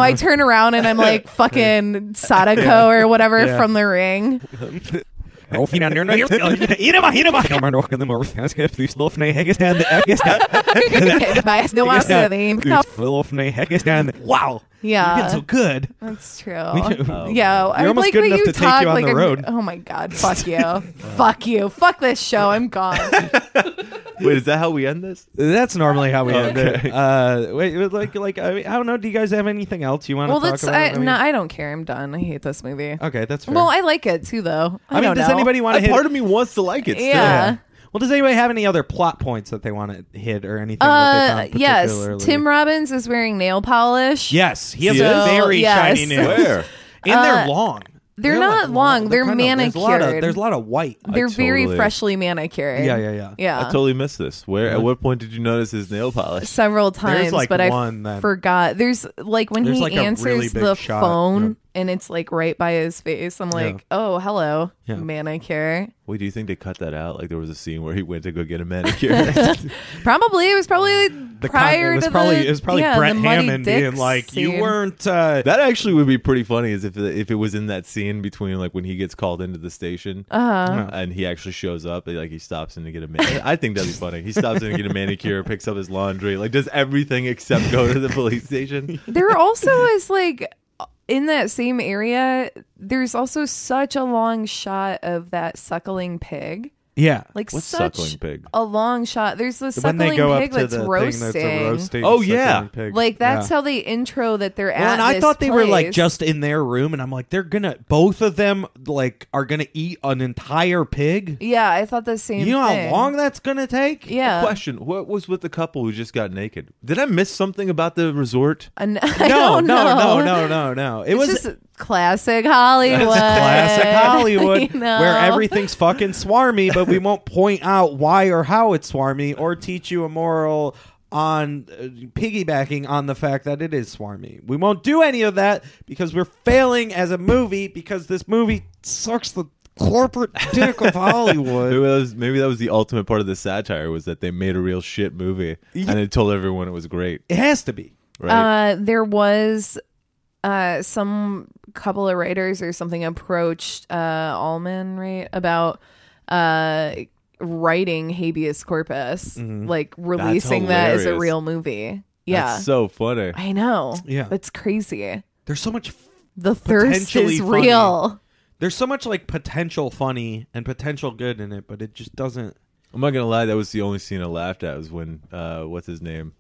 S4: I turn around and
S2: <laughs>
S4: I'm like fucking Sadako or whatever from the ring.
S2: Oh, fina, near, near, near, eat 'em, eat 'em. Come on, walk in the north, ask if you still fnay, heck is down the- heck is down- <laughs>
S4: Bye. <laughs> No,
S2: heck is down.
S4: I'm
S2: You still fnay, heck is down the- Wow, you did
S4: Yeah,
S2: so good.
S4: that's true.
S2: Oh.
S4: Yeah, I
S2: almost
S4: like
S2: good
S4: that
S2: enough
S4: you
S2: to take you
S4: talk
S2: on
S4: like
S2: the
S4: I'm-
S2: road.
S4: Oh my god, fuck you, fuck you, fuck this show. I'm
S2: <laughs>
S4: gone.
S3: Wait, is that how we end this?
S2: <laughs> That's normally how we end
S3: Okay.
S2: it. Uh, wait, it was like, like I, mean, I don't know. Do you guys have anything else you want
S4: well,
S2: to talk
S4: that's
S2: about?
S4: I,
S2: mean-
S4: no, I don't care. I'm done. I hate this movie.
S2: okay, that's fair.
S4: Well, I like it too, though. <laughs> I,
S2: I mean,
S4: don't
S2: does
S4: know.
S2: anybody want to
S3: A
S2: hit?
S3: part of me wants to like it. Still.
S4: Yeah.
S2: Well, does anybody have any other plot points that they want to hit or anything?
S4: Uh,
S2: that they found
S4: yes.
S2: particularly-
S4: Tim Robbins is wearing nail polish.
S2: Yes, he has
S3: He
S2: a
S3: is?
S2: very
S4: Yes.
S2: shiny nails,
S3: Where?
S2: and they're
S4: Uh,
S2: long.
S4: they're
S2: like,
S4: not long, they're
S2: kind of- There's a lot of,
S4: manicured.
S2: there's a lot of white.
S4: They're very
S3: totally-
S4: freshly manicured.
S2: Yeah, yeah, yeah.
S4: Yeah.
S3: I totally missed this. Where? At
S2: Really?
S3: what point did you notice his nail polish?
S4: <laughs> Several times,
S2: like,
S4: but
S2: one
S4: I
S2: that-
S4: forgot. There's like when
S2: There's,
S4: he
S2: like, a
S4: answers
S2: really big
S4: the
S2: shot,
S4: phone and it's like right by his face. I'm like, oh, hello,
S2: Yeah.
S4: manicure.
S3: Wait, do you think they cut that out? Like there was a scene where he went to go get a
S4: <laughs>
S3: manicure.
S4: Probably it was probably
S2: The con-
S4: prior
S2: it was
S4: to
S2: probably
S4: the
S2: it was probably
S4: yeah,
S2: Brett
S4: the muddy
S2: Hammond
S4: dick
S2: being like,
S4: scene.
S2: "You weren't." Uh,
S3: that actually would be pretty funny, is if if it was in that scene between like when he gets called into the station
S4: Uh-huh.
S2: no.
S3: and he actually shows up, like he stops in to get a manicure. I think that'd be funny. He stops in to get a manicure, picks up his laundry, like does everything except go to the police station.
S2: <laughs>
S4: there also is like in that same area there's also such a long shot of that suckling pig
S2: yeah.
S4: like
S3: What's
S4: such
S3: suckling pig?
S4: a long shot there's the
S2: when they
S4: suckling
S2: go
S4: pig
S2: up to
S4: that's
S2: the
S4: roasting.
S2: thing that's a roasting.
S3: Oh, yeah.
S2: suckling pig.
S4: like that's
S2: Yeah.
S4: how they intro that they're
S2: Well,
S4: at
S2: and I
S4: this
S2: thought they were like
S4: place.
S2: just in their room, and I'm like, they're gonna both of them like are gonna eat an entire pig.
S4: yeah i thought the same
S2: You know
S4: thing.
S2: how
S4: <laughs>
S2: long that's gonna take?
S4: <laughs> yeah
S3: Question: What was with the couple who just got naked? Did I miss something about the resort?
S4: <laughs> An-
S2: No, no, no,
S4: no
S2: no, no, no. It
S4: it was
S2: was <laughs>
S4: just classic hollywood <laughs>
S2: classic Hollywood,
S4: You know?
S2: where everything's fucking swarmy, but we won't point out why or how it's swarmy, or teach you a moral on uh, piggybacking on the fact that it is swarmy. We won't do any of that because we're failing as a movie because this movie sucks the corporate dick of Hollywood.
S3: <laughs> Maybe that was maybe that was the ultimate part of the satire was that they made a real shit movie and they told everyone it was great,
S2: It has to be.
S3: right?
S4: Uh, there was uh, some couple of writers or something approached uh, Allman right about uh, writing habeas corpus,
S2: Mm-hmm.
S4: like releasing that as a
S3: hilarious.
S4: real movie. Yeah,
S3: That's so funny.
S4: I know.
S2: Yeah.
S4: that's crazy.
S2: There's so much.
S4: The thirst
S2: Potentially
S4: is
S2: funny.
S4: real.
S2: There's so much like potential funny and potential good in it, but it just doesn't.
S3: I'm not gonna lie, that was the only scene I laughed at was when uh what's his name?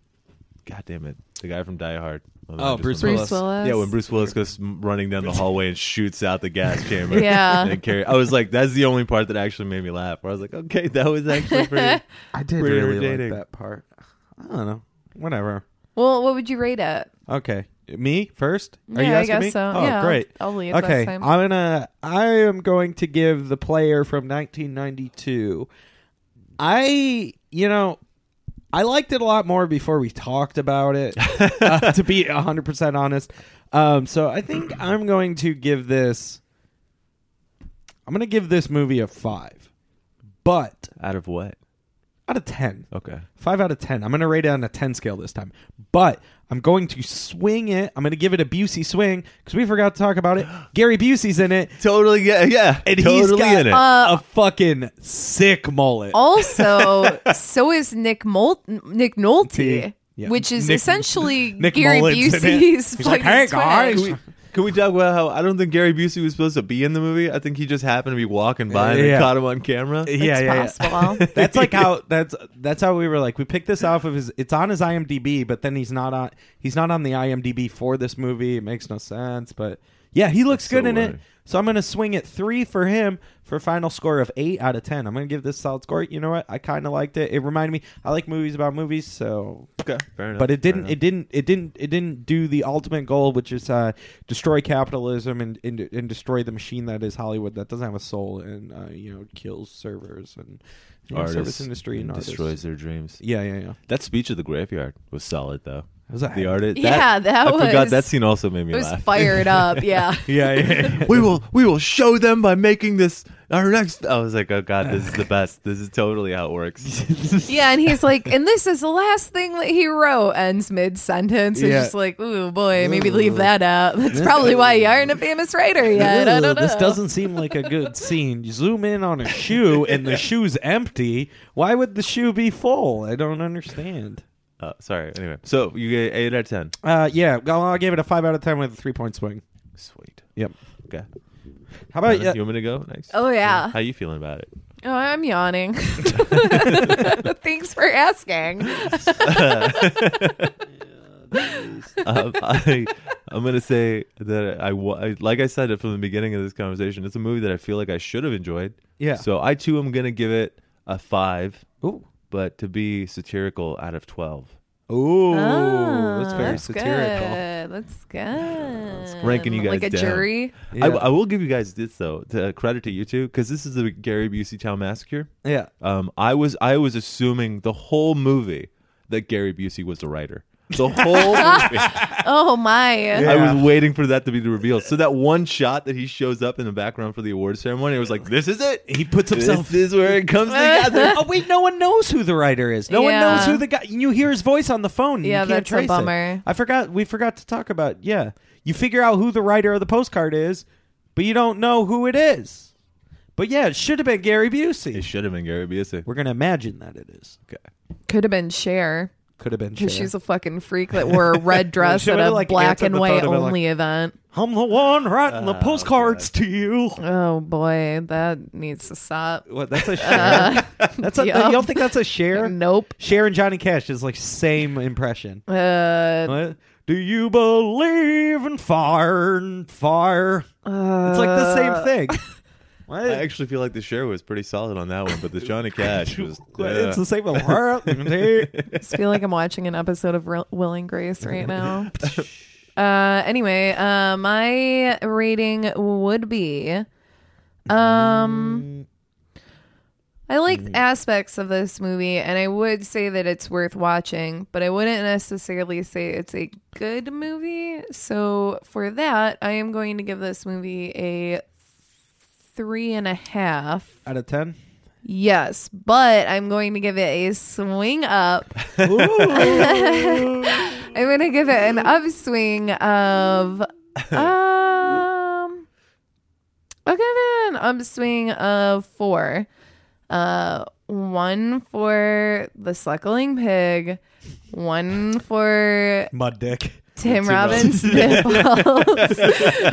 S3: God damn it. The guy from Die Hard. My mind just
S2: Oh, Bruce
S3: went blank.
S4: Bruce
S2: Willis.
S4: Willis.
S3: Yeah, when Bruce Willis goes m- running down the hallway and shoots out the gas
S2: <laughs>
S3: chamber.
S4: Yeah.
S3: And carry- I was like, that's the only part that actually made me laugh. Where I was like, okay, that was
S2: <laughs>
S3: actually pretty.
S2: I did
S3: Pretty
S2: really
S3: irritating.
S2: like that part. I don't know. Whatever.
S4: Well, what would you rate it?
S2: Okay, me first. Are
S4: Yeah,
S2: you
S4: I
S2: asking
S4: guess
S2: me?
S4: so.
S2: Oh,
S4: Yeah, I'll-
S2: great.
S4: I'll leave
S2: okay,
S4: this time.
S2: I'm gonna. I am going to give the player from 1992. I, you know, I liked it a lot more before we talked about it. uh, to be 100 percent honest, um, so I think I'm going to give this. I'm gonna give this movie a five, but
S3: out of what?
S2: out of ten
S3: Okay.
S2: five out of ten. I'm gonna rate it on a ten scale this time, but I'm going to swing it. I'm gonna give it a Busey swing because we forgot to talk about
S3: <gasps>
S2: it. Gary Busey's in it,
S3: Totally, yeah, yeah.
S2: and he's
S3: totally
S2: got
S3: in it.
S4: Uh,
S2: a fucking sick mullet.
S3: <laughs>
S4: Also, so is Nick Mol- Nick Nolte,
S2: Yeah.
S4: which is
S2: Nick- <laughs>
S4: essentially
S2: Nick
S4: Gary
S2: Mullen's in it.
S4: Busey's
S2: He's like, "Hey,
S4: fucking twin."
S2: guys."
S3: Can we, can we talk about how I don't think Gary Busey was supposed to be in the movie? I think he just happened to be walking by and
S2: Yeah.
S3: they caught him on camera.
S2: yeah,
S4: It's
S2: yeah, yeah.
S4: possible.
S2: <laughs> That's like how that's that's how we were like we picked this off of his. It's on his IMDb, but then he's not on he's not on the IMDb for this movie. It makes no sense, but Yeah, he looks
S3: That's
S2: good
S3: so
S2: in it.
S3: weird.
S2: So I'm going to swing it three for him for a final score of eight out of ten. I'm going to give this a solid score. You know what? I kind of liked it. It reminded me. I like movies about movies, so
S3: Okay, fair enough.
S2: but it
S3: fair
S2: didn't
S3: enough.
S2: it didn't it didn't it didn't do the ultimate goal which is uh, destroy capitalism and, and and destroy the machine that is hollywood that doesn't have a soul and uh, you know kills servers and you know, service
S3: Artists
S2: industry and artists.
S3: destroys their dreams.
S2: yeah yeah yeah
S3: That speech of the graveyard was solid though.
S2: was that
S3: The artist.
S4: Yeah, that
S3: I
S4: was-
S3: forgot that scene also made me
S4: It was
S3: laugh.
S2: <laughs>
S4: fired up. Yeah.
S2: yeah yeah, <laughs> yeah.
S3: <laughs> we will we will show them by making this our next I was like, Oh god, this is <laughs> the best. This is totally how it works. <laughs>
S4: Yeah, and he's like, and this is the last thing that he wrote. Ends mid sentence. It's
S2: Yeah.
S4: just like, ooh boy, maybe
S2: Ooh.
S4: leave that out. That's probably why
S2: <laughs>
S4: you aren't a famous writer yet. I
S2: Ew,
S4: don't know.
S2: this doesn't seem like a good scene. You zoom in on a shoe and the shoe's empty. Why would the shoe be full? I don't understand.
S3: Uh, sorry. Anyway, so you get eight out of ten.
S2: Uh, yeah, well, I gave it a five out of ten with a three point swing.
S3: Sweet.
S2: Yep.
S3: Okay.
S2: How about
S3: you want me to go next?
S4: Oh yeah.
S3: How you feeling about it?
S4: Oh, I'm
S2: <laughs>
S4: yawning. <laughs> Thanks for asking. <laughs>
S3: um, I, I'm gonna say that I, wa- I like I said it from the beginning of this conversation. It's a movie that I feel like I should have enjoyed.
S2: Yeah.
S3: So I too am gonna give it a five,
S2: Ooh.
S3: but to be satirical, out of twelve.
S2: Ooh,
S4: Oh,
S2: that's very satirical.
S4: Good. That's good.
S3: Ranking you
S4: like a
S3: guys down.
S4: jury.
S2: Yeah.
S3: I, I will give you guys this though, to credit to you two, because this is the Gary Busey Town Massacre.
S2: yeah.
S3: Um, I was I was assuming the whole movie that Gary Busey was the writer. <laughs> The whole movie.
S4: Oh my.
S3: I
S2: Yeah.
S3: was waiting for that to be the reveal. So that one shot that he shows up in the background for the award ceremony, it was like, this is it.
S2: He puts himself.
S3: <laughs>
S2: <laughs>
S3: This is where it comes together.
S2: oh wait, no one knows who the writer is. No one
S4: Yeah.
S2: knows who the guy. You hear his voice on the phone. and
S4: Yeah,
S2: you can't
S4: that's a
S2: trace it.
S4: bummer.
S2: I forgot. We forgot to talk about. Yeah, you figure out who the writer of the postcard is, but you don't know who it is. But yeah, it should have been Gary
S3: It
S2: Busey.
S3: should have been Gary Busey.
S2: We're gonna imagine that it is.
S3: Okay.
S4: Could have been Cher.
S2: Could have been. Cher.
S4: Because she's a fucking freak that wore
S2: <laughs>
S4: a red dress
S2: She
S4: at
S2: would've,
S4: a
S2: like,
S4: black
S2: answered
S4: and
S2: the
S4: white
S2: phone and been like-
S4: only event.
S2: I'm the one writing the
S3: Oh,
S2: postcards to you.
S4: Oh boy, that needs to stop.
S2: What? That's a share.
S4: <laughs> Uh,
S2: <laughs> that's a.
S4: yeah.
S2: You don't think that's a share?
S4: nope.
S2: Share and Johnny Cash is like same impression.
S4: Uh,
S2: What? Do you believe in fire and fire? It's like the same thing. What?
S3: I actually feel like the share was pretty solid on that one, but the <laughs> Johnny Cash was.
S2: What?
S3: yeah.
S2: It's the same. word.
S4: <laughs> I just feel like I'm watching an episode of Real Will and Grace right now. Uh, anyway, uh, my rating would be, um, I liked aspects of this movie, and I would say that it's worth watching, but I wouldn't necessarily say it's a good movie. So for that, I am going to give this movie a three and a half.
S2: Out of ten.
S4: Yes, but I'm going to give it a swing up. <laughs> I'm going to give it an upswing of um I'll give it an upswing of 4. Uh 1 for the suckling pig, 1 for
S2: Mud dick.
S4: Tim
S3: Tim
S4: Robbins
S3: Robbins.
S4: nipples,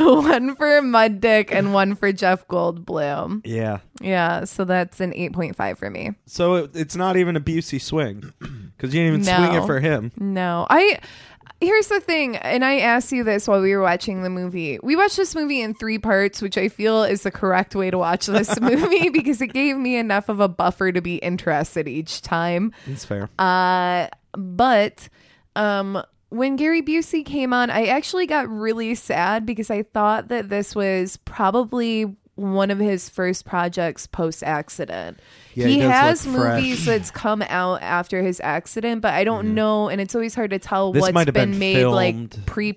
S4: <laughs> 1 for Mud Dick and 1 for Jeff Goldblum.
S2: Yeah.
S4: Yeah, so that's an 8.5 for me. So
S2: So it, it's not even a Busey swing because you didn't even
S4: No.
S2: swing it for him.
S4: No, I. Here's the thing, and I asked you this while we were watching the movie. We watched this movie in three parts, which I feel is the correct way to watch this movie because it gave me enough of a buffer to be interested each time.
S2: It's fair.
S4: Uh, but um, when Gary Busey came on, I actually got really sad because I thought that this was probably one of his first projects post accident.
S2: Yeah,
S4: he
S2: he does
S4: has
S2: look fresh. Mm-hmm.
S4: movies that's come out after his accident, but I don't know, and it's always hard to tell
S2: This
S4: what's
S2: might
S4: been,
S2: have been
S4: made
S2: filmed.
S4: like pre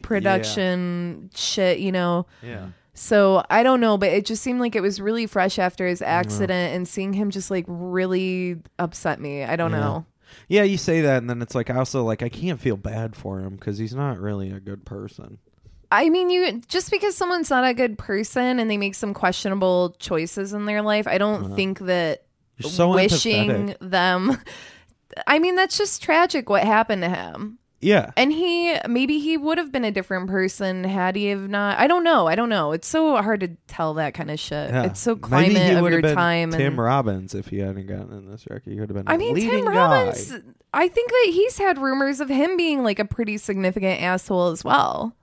S4: production shit, you know.
S2: Yeah.
S4: So I don't know, but it just seemed like it was really fresh after his accident, and seeing him just like really upset me. I don't
S2: Yeah.
S4: know.
S2: Yeah, you say that, and then it's like I also like I can't feel bad for him because he's not really a good person.
S4: I mean, you just because someone's not a good person and they make some questionable choices in their life, I don't think that
S2: Uh-huh. You're so
S4: wishing
S2: empathetic.
S4: them. I mean, that's just tragic what happened to him.
S2: Yeah.
S4: And he maybe he would have been a different person had he have not. I don't know. I don't know. It's so hard to tell that kind of shit.
S2: Yeah.
S4: It's so
S2: Maybe he
S4: climate of
S2: would've
S4: your
S2: been
S4: time.
S2: Tim
S4: and,
S2: Robbins, if he hadn't gotten in this record, he would have been.
S4: I
S2: a
S4: mean,
S2: leading
S4: Tim
S2: guy.
S4: Robbins. I think that he's had rumors of him being like a pretty significant asshole as well.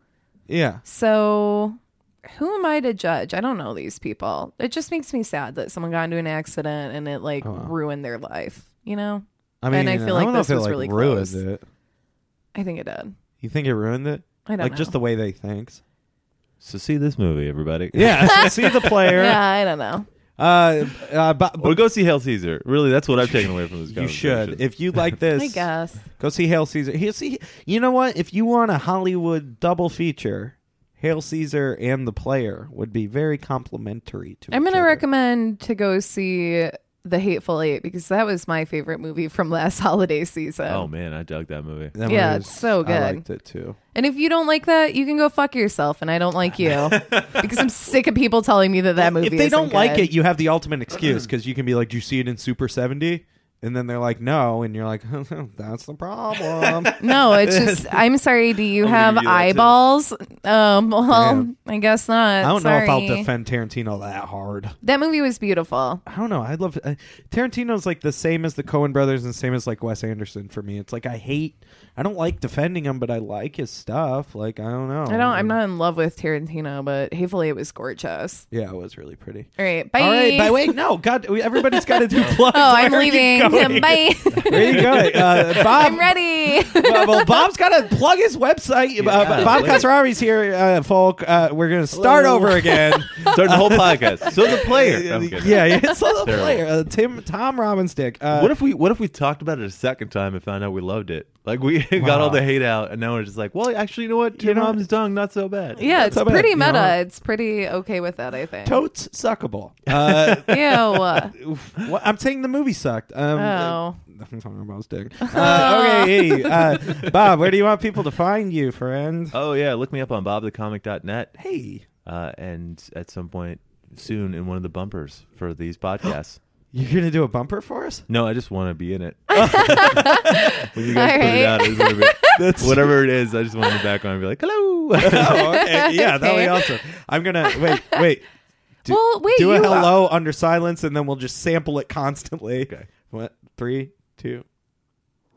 S2: Yeah,
S4: So who am I to judge? I don't know these people. It just makes me sad that someone got into an accident and it like
S2: Oh,
S4: ruined their life, you know?
S2: I mean,
S4: And I feel like
S2: don't know
S4: this
S2: if it,
S4: was
S2: like,
S4: really
S2: ruined
S4: close.
S2: it.
S4: I think it did.
S2: You think it ruined it?
S4: I don't
S2: like
S4: know.
S2: just the way they
S4: <laughs>
S2: thinks.
S3: So see this movie, everybody.
S2: Yeah, <laughs> see the player.
S4: Yeah, I don't know.
S2: Uh, uh, but,
S3: Or go see Hail Caesar. Really, that's what I've taken away from
S2: <laughs>
S3: this
S2: you
S3: conversation.
S2: should if you like this.
S4: I guess.
S2: Go see Hail Caesar. Here, see, you know what? If you want a Hollywood double feature, Hail Caesar and The Player would be very complimentary to.
S4: I'm
S2: each
S4: going to
S2: other.
S4: recommend to go see The Hateful Eight because that was my favorite movie from last <laughs> holiday season.
S2: uh,
S3: Oh man, I dug that
S2: <laughs>
S3: movie.
S2: That
S4: Yeah,
S2: one
S4: it's so
S2: I
S4: good.
S2: liked it too.
S4: And if you don't like that, you can go fuck yourself and I don't
S2: <laughs>
S4: like you because I'm sick of people telling me that that movie
S2: if they
S4: isn't
S2: don't like
S4: good.
S2: it, you have the ultimate
S4: <clears throat>
S2: excuse because you can be like, "Do you see it in Super 70? And then they're like, "No," and you're like, <laughs> "That's the
S4: <laughs>
S2: problem." <laughs>
S4: No, it's just I'm sorry. Do you
S3: I'm gonna
S4: have
S3: give you that, too.
S4: eyeballs? Um, well,
S2: Damn.
S4: I guess not.
S2: I don't know if I'll
S4: Sorry.
S2: defend Tarantino that hard.
S4: That movie was beautiful.
S2: I don't know. I love uh, Tarantino's like the same as the Coen brothers and same as like Wes Anderson for me. It's like I hate I don't like defending him, but I like his stuff. Like I don't know.
S4: I don't. I'm not in love with Tarantino, but hatefully it was gorgeous.
S2: Yeah, it was really pretty.
S4: All right, bye.
S2: All right, by wait, no, God, we- everybody's got to
S4: <laughs>
S2: do plugs.
S4: Oh, I'm
S2: Where are you going?
S4: leaving. <laughs> Bye.
S2: Where you going,
S4: <laughs>
S2: uh, Bob?
S4: I'm ready. <laughs>
S2: well, well, Bob's got to plug his website. Uh,
S3: Yeah.
S2: Bob Casarari's here, uh, folk. Uh, we're gonna start
S3: Hello.
S2: over
S3: <laughs>
S2: again.
S3: Starting the whole
S2: <laughs>
S3: podcast. So the player. I'm kidding.
S2: yeah, yeah, it's a little
S3: Terrible.
S2: player. Uh, Tim Tom Robinstick. Uh,
S3: What if we What if we talked about it a second time and found out we loved it? Like we <laughs> got all the hate out, and now we're just like, well, actually, you know what? Tim
S2: You know-
S3: Robbins' tongue not so bad.
S4: yeah, it's
S2: how bad,
S4: pretty
S2: you
S4: meta.
S2: know?
S4: It's pretty okay with that. I think.
S2: totes
S3: <laughs>
S2: suckable? Uh, <laughs>
S4: Ew.
S2: Oof. Well, I'm saying the movie sucked. Um,
S4: Oh.
S2: <laughs> I'm talking about his dick. Uh, okay, hey, uh, Bob, where do you want people to find you, friend?
S3: Oh yeah, look me up on bobthecomic.net,
S2: hey,
S3: uh, and at some point soon in one of the bumpers
S2: <gasps>
S3: for these podcasts.
S2: you're gonna do a bumper for us?
S3: no, I just want to be
S2: <laughs>
S3: in it. <laughs> when you
S4: All
S3: guys put
S4: right.
S3: it out, it's gonna be,
S2: That's
S3: whatever it is, I just want to be back on and be like, hello. <laughs>
S2: oh, okay. <laughs> Yeah, that'll be
S4: Okay.
S2: awesome. I'm gonna wait, wait. Do,
S4: Well, wait,
S2: Do a
S4: you-
S2: hello under silence, and then we'll just sample it constantly.
S3: Okay.
S2: What? Three, two.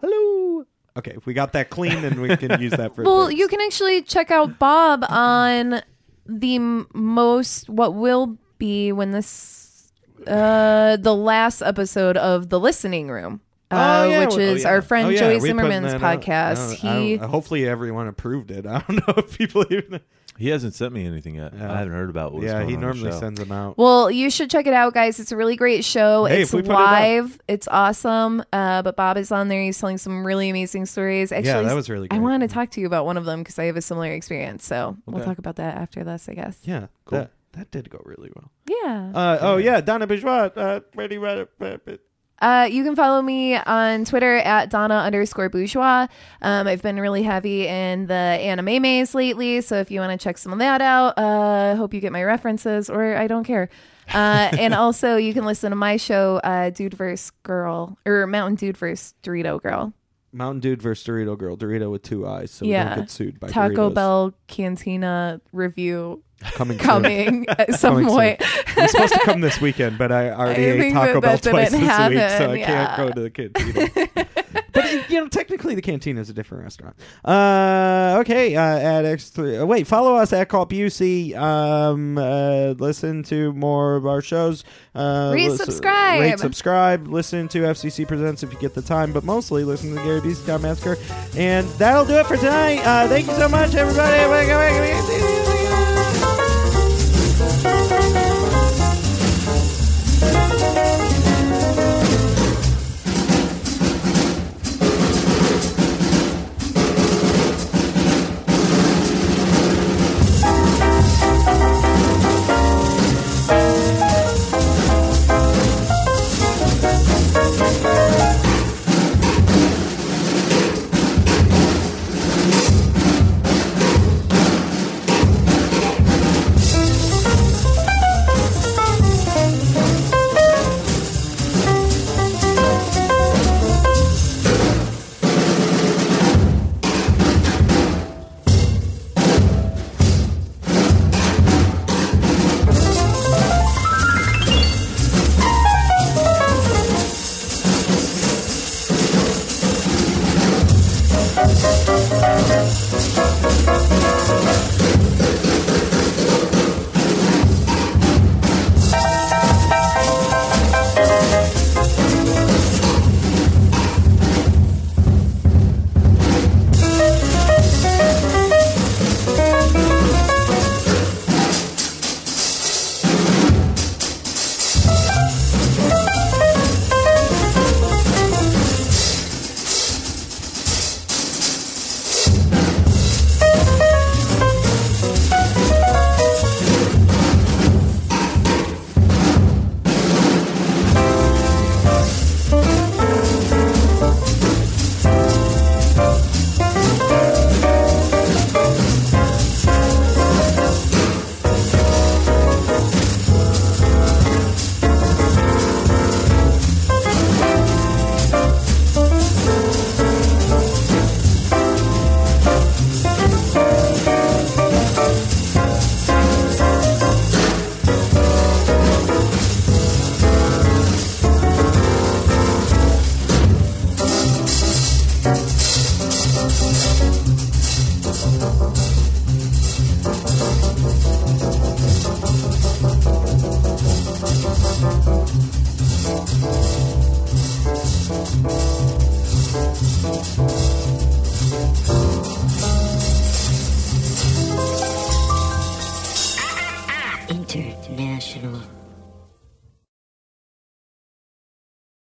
S3: hello.
S2: Okay, if we got that clean, then we can use that for.
S4: Well,
S2: things.
S4: you can actually check out Bob on the m- most what will be when this uh the last episode of the Listening Room, uh,
S2: Oh, yeah,
S4: which
S2: we- oh,
S4: is
S2: yeah.
S4: our friend
S2: Oh, yeah,
S4: Joey
S2: we put
S4: Zimmerman's
S2: that out.
S4: podcast.
S2: I don't- I
S4: He
S2: don't- hopefully everyone approved it. <laughs> I don't know if people even.
S3: He hasn't sent me anything yet.
S2: Yeah.
S3: I haven't heard about what's
S2: yeah,
S3: going
S2: he
S3: on with the
S2: normally
S3: show.
S2: sends them out.
S4: well, you should check it out, guys. It's a really great show.
S2: Hey,
S4: it's
S2: if we put it up.
S4: live. It's awesome. Uh, but Bob is on there. He's telling some really amazing stories. Actually,
S2: that was really
S4: I
S2: great.
S4: wanted to talk to you about one of them because I have a similar experience. So we'll
S2: Okay.
S4: talk about that after this, I guess.
S2: Yeah,
S3: Cool.
S2: That, that did go really well.
S4: Yeah.
S2: Uh, oh yeah, Donna Bourgeois. Uh, ready, ready, ready.
S4: Uh, you can follow me on Twitter at Donna underscore bourgeois. Um, I've been really heavy in the anime maze lately, so if you want to check some of that out, uh, hope you get my references, or I don't care. Uh, and also, you can listen to my show, uh, Dude vs. Girl, or Mountain Dude vs. Dorito Girl,
S2: Mountain Dude versus Dorito Girl. Dorito with two eyes, so we
S4: Yeah.
S2: don't get sued by
S4: Taco
S2: Doritos.
S4: Bell Cantina review <laughs>
S2: coming. soon.
S4: coming at some
S2: Coming soon.
S4: point.
S2: It was supposed to come this weekend, but I already
S4: I
S2: ate
S4: think
S2: Taco
S4: that
S2: Bell
S4: that didn't
S2: twice this week, so I
S4: happen,
S2: can't
S4: yeah.
S2: go to the canteen.
S4: <laughs>
S2: but uh, you know, technically, the canteen is a different restaurant. Uh, okay, uh, at X three. Uh, wait, follow us at Call Busey. Um, uh, listen to more of our shows. Uh, listen-
S4: Resubscribe.
S2: rate, subscribe. Listen to FCC Presents if you get the time, but mostly listen to the Gary Busey Town Massacre. And that'll do it for tonight. Uh, thank you so much, everybody.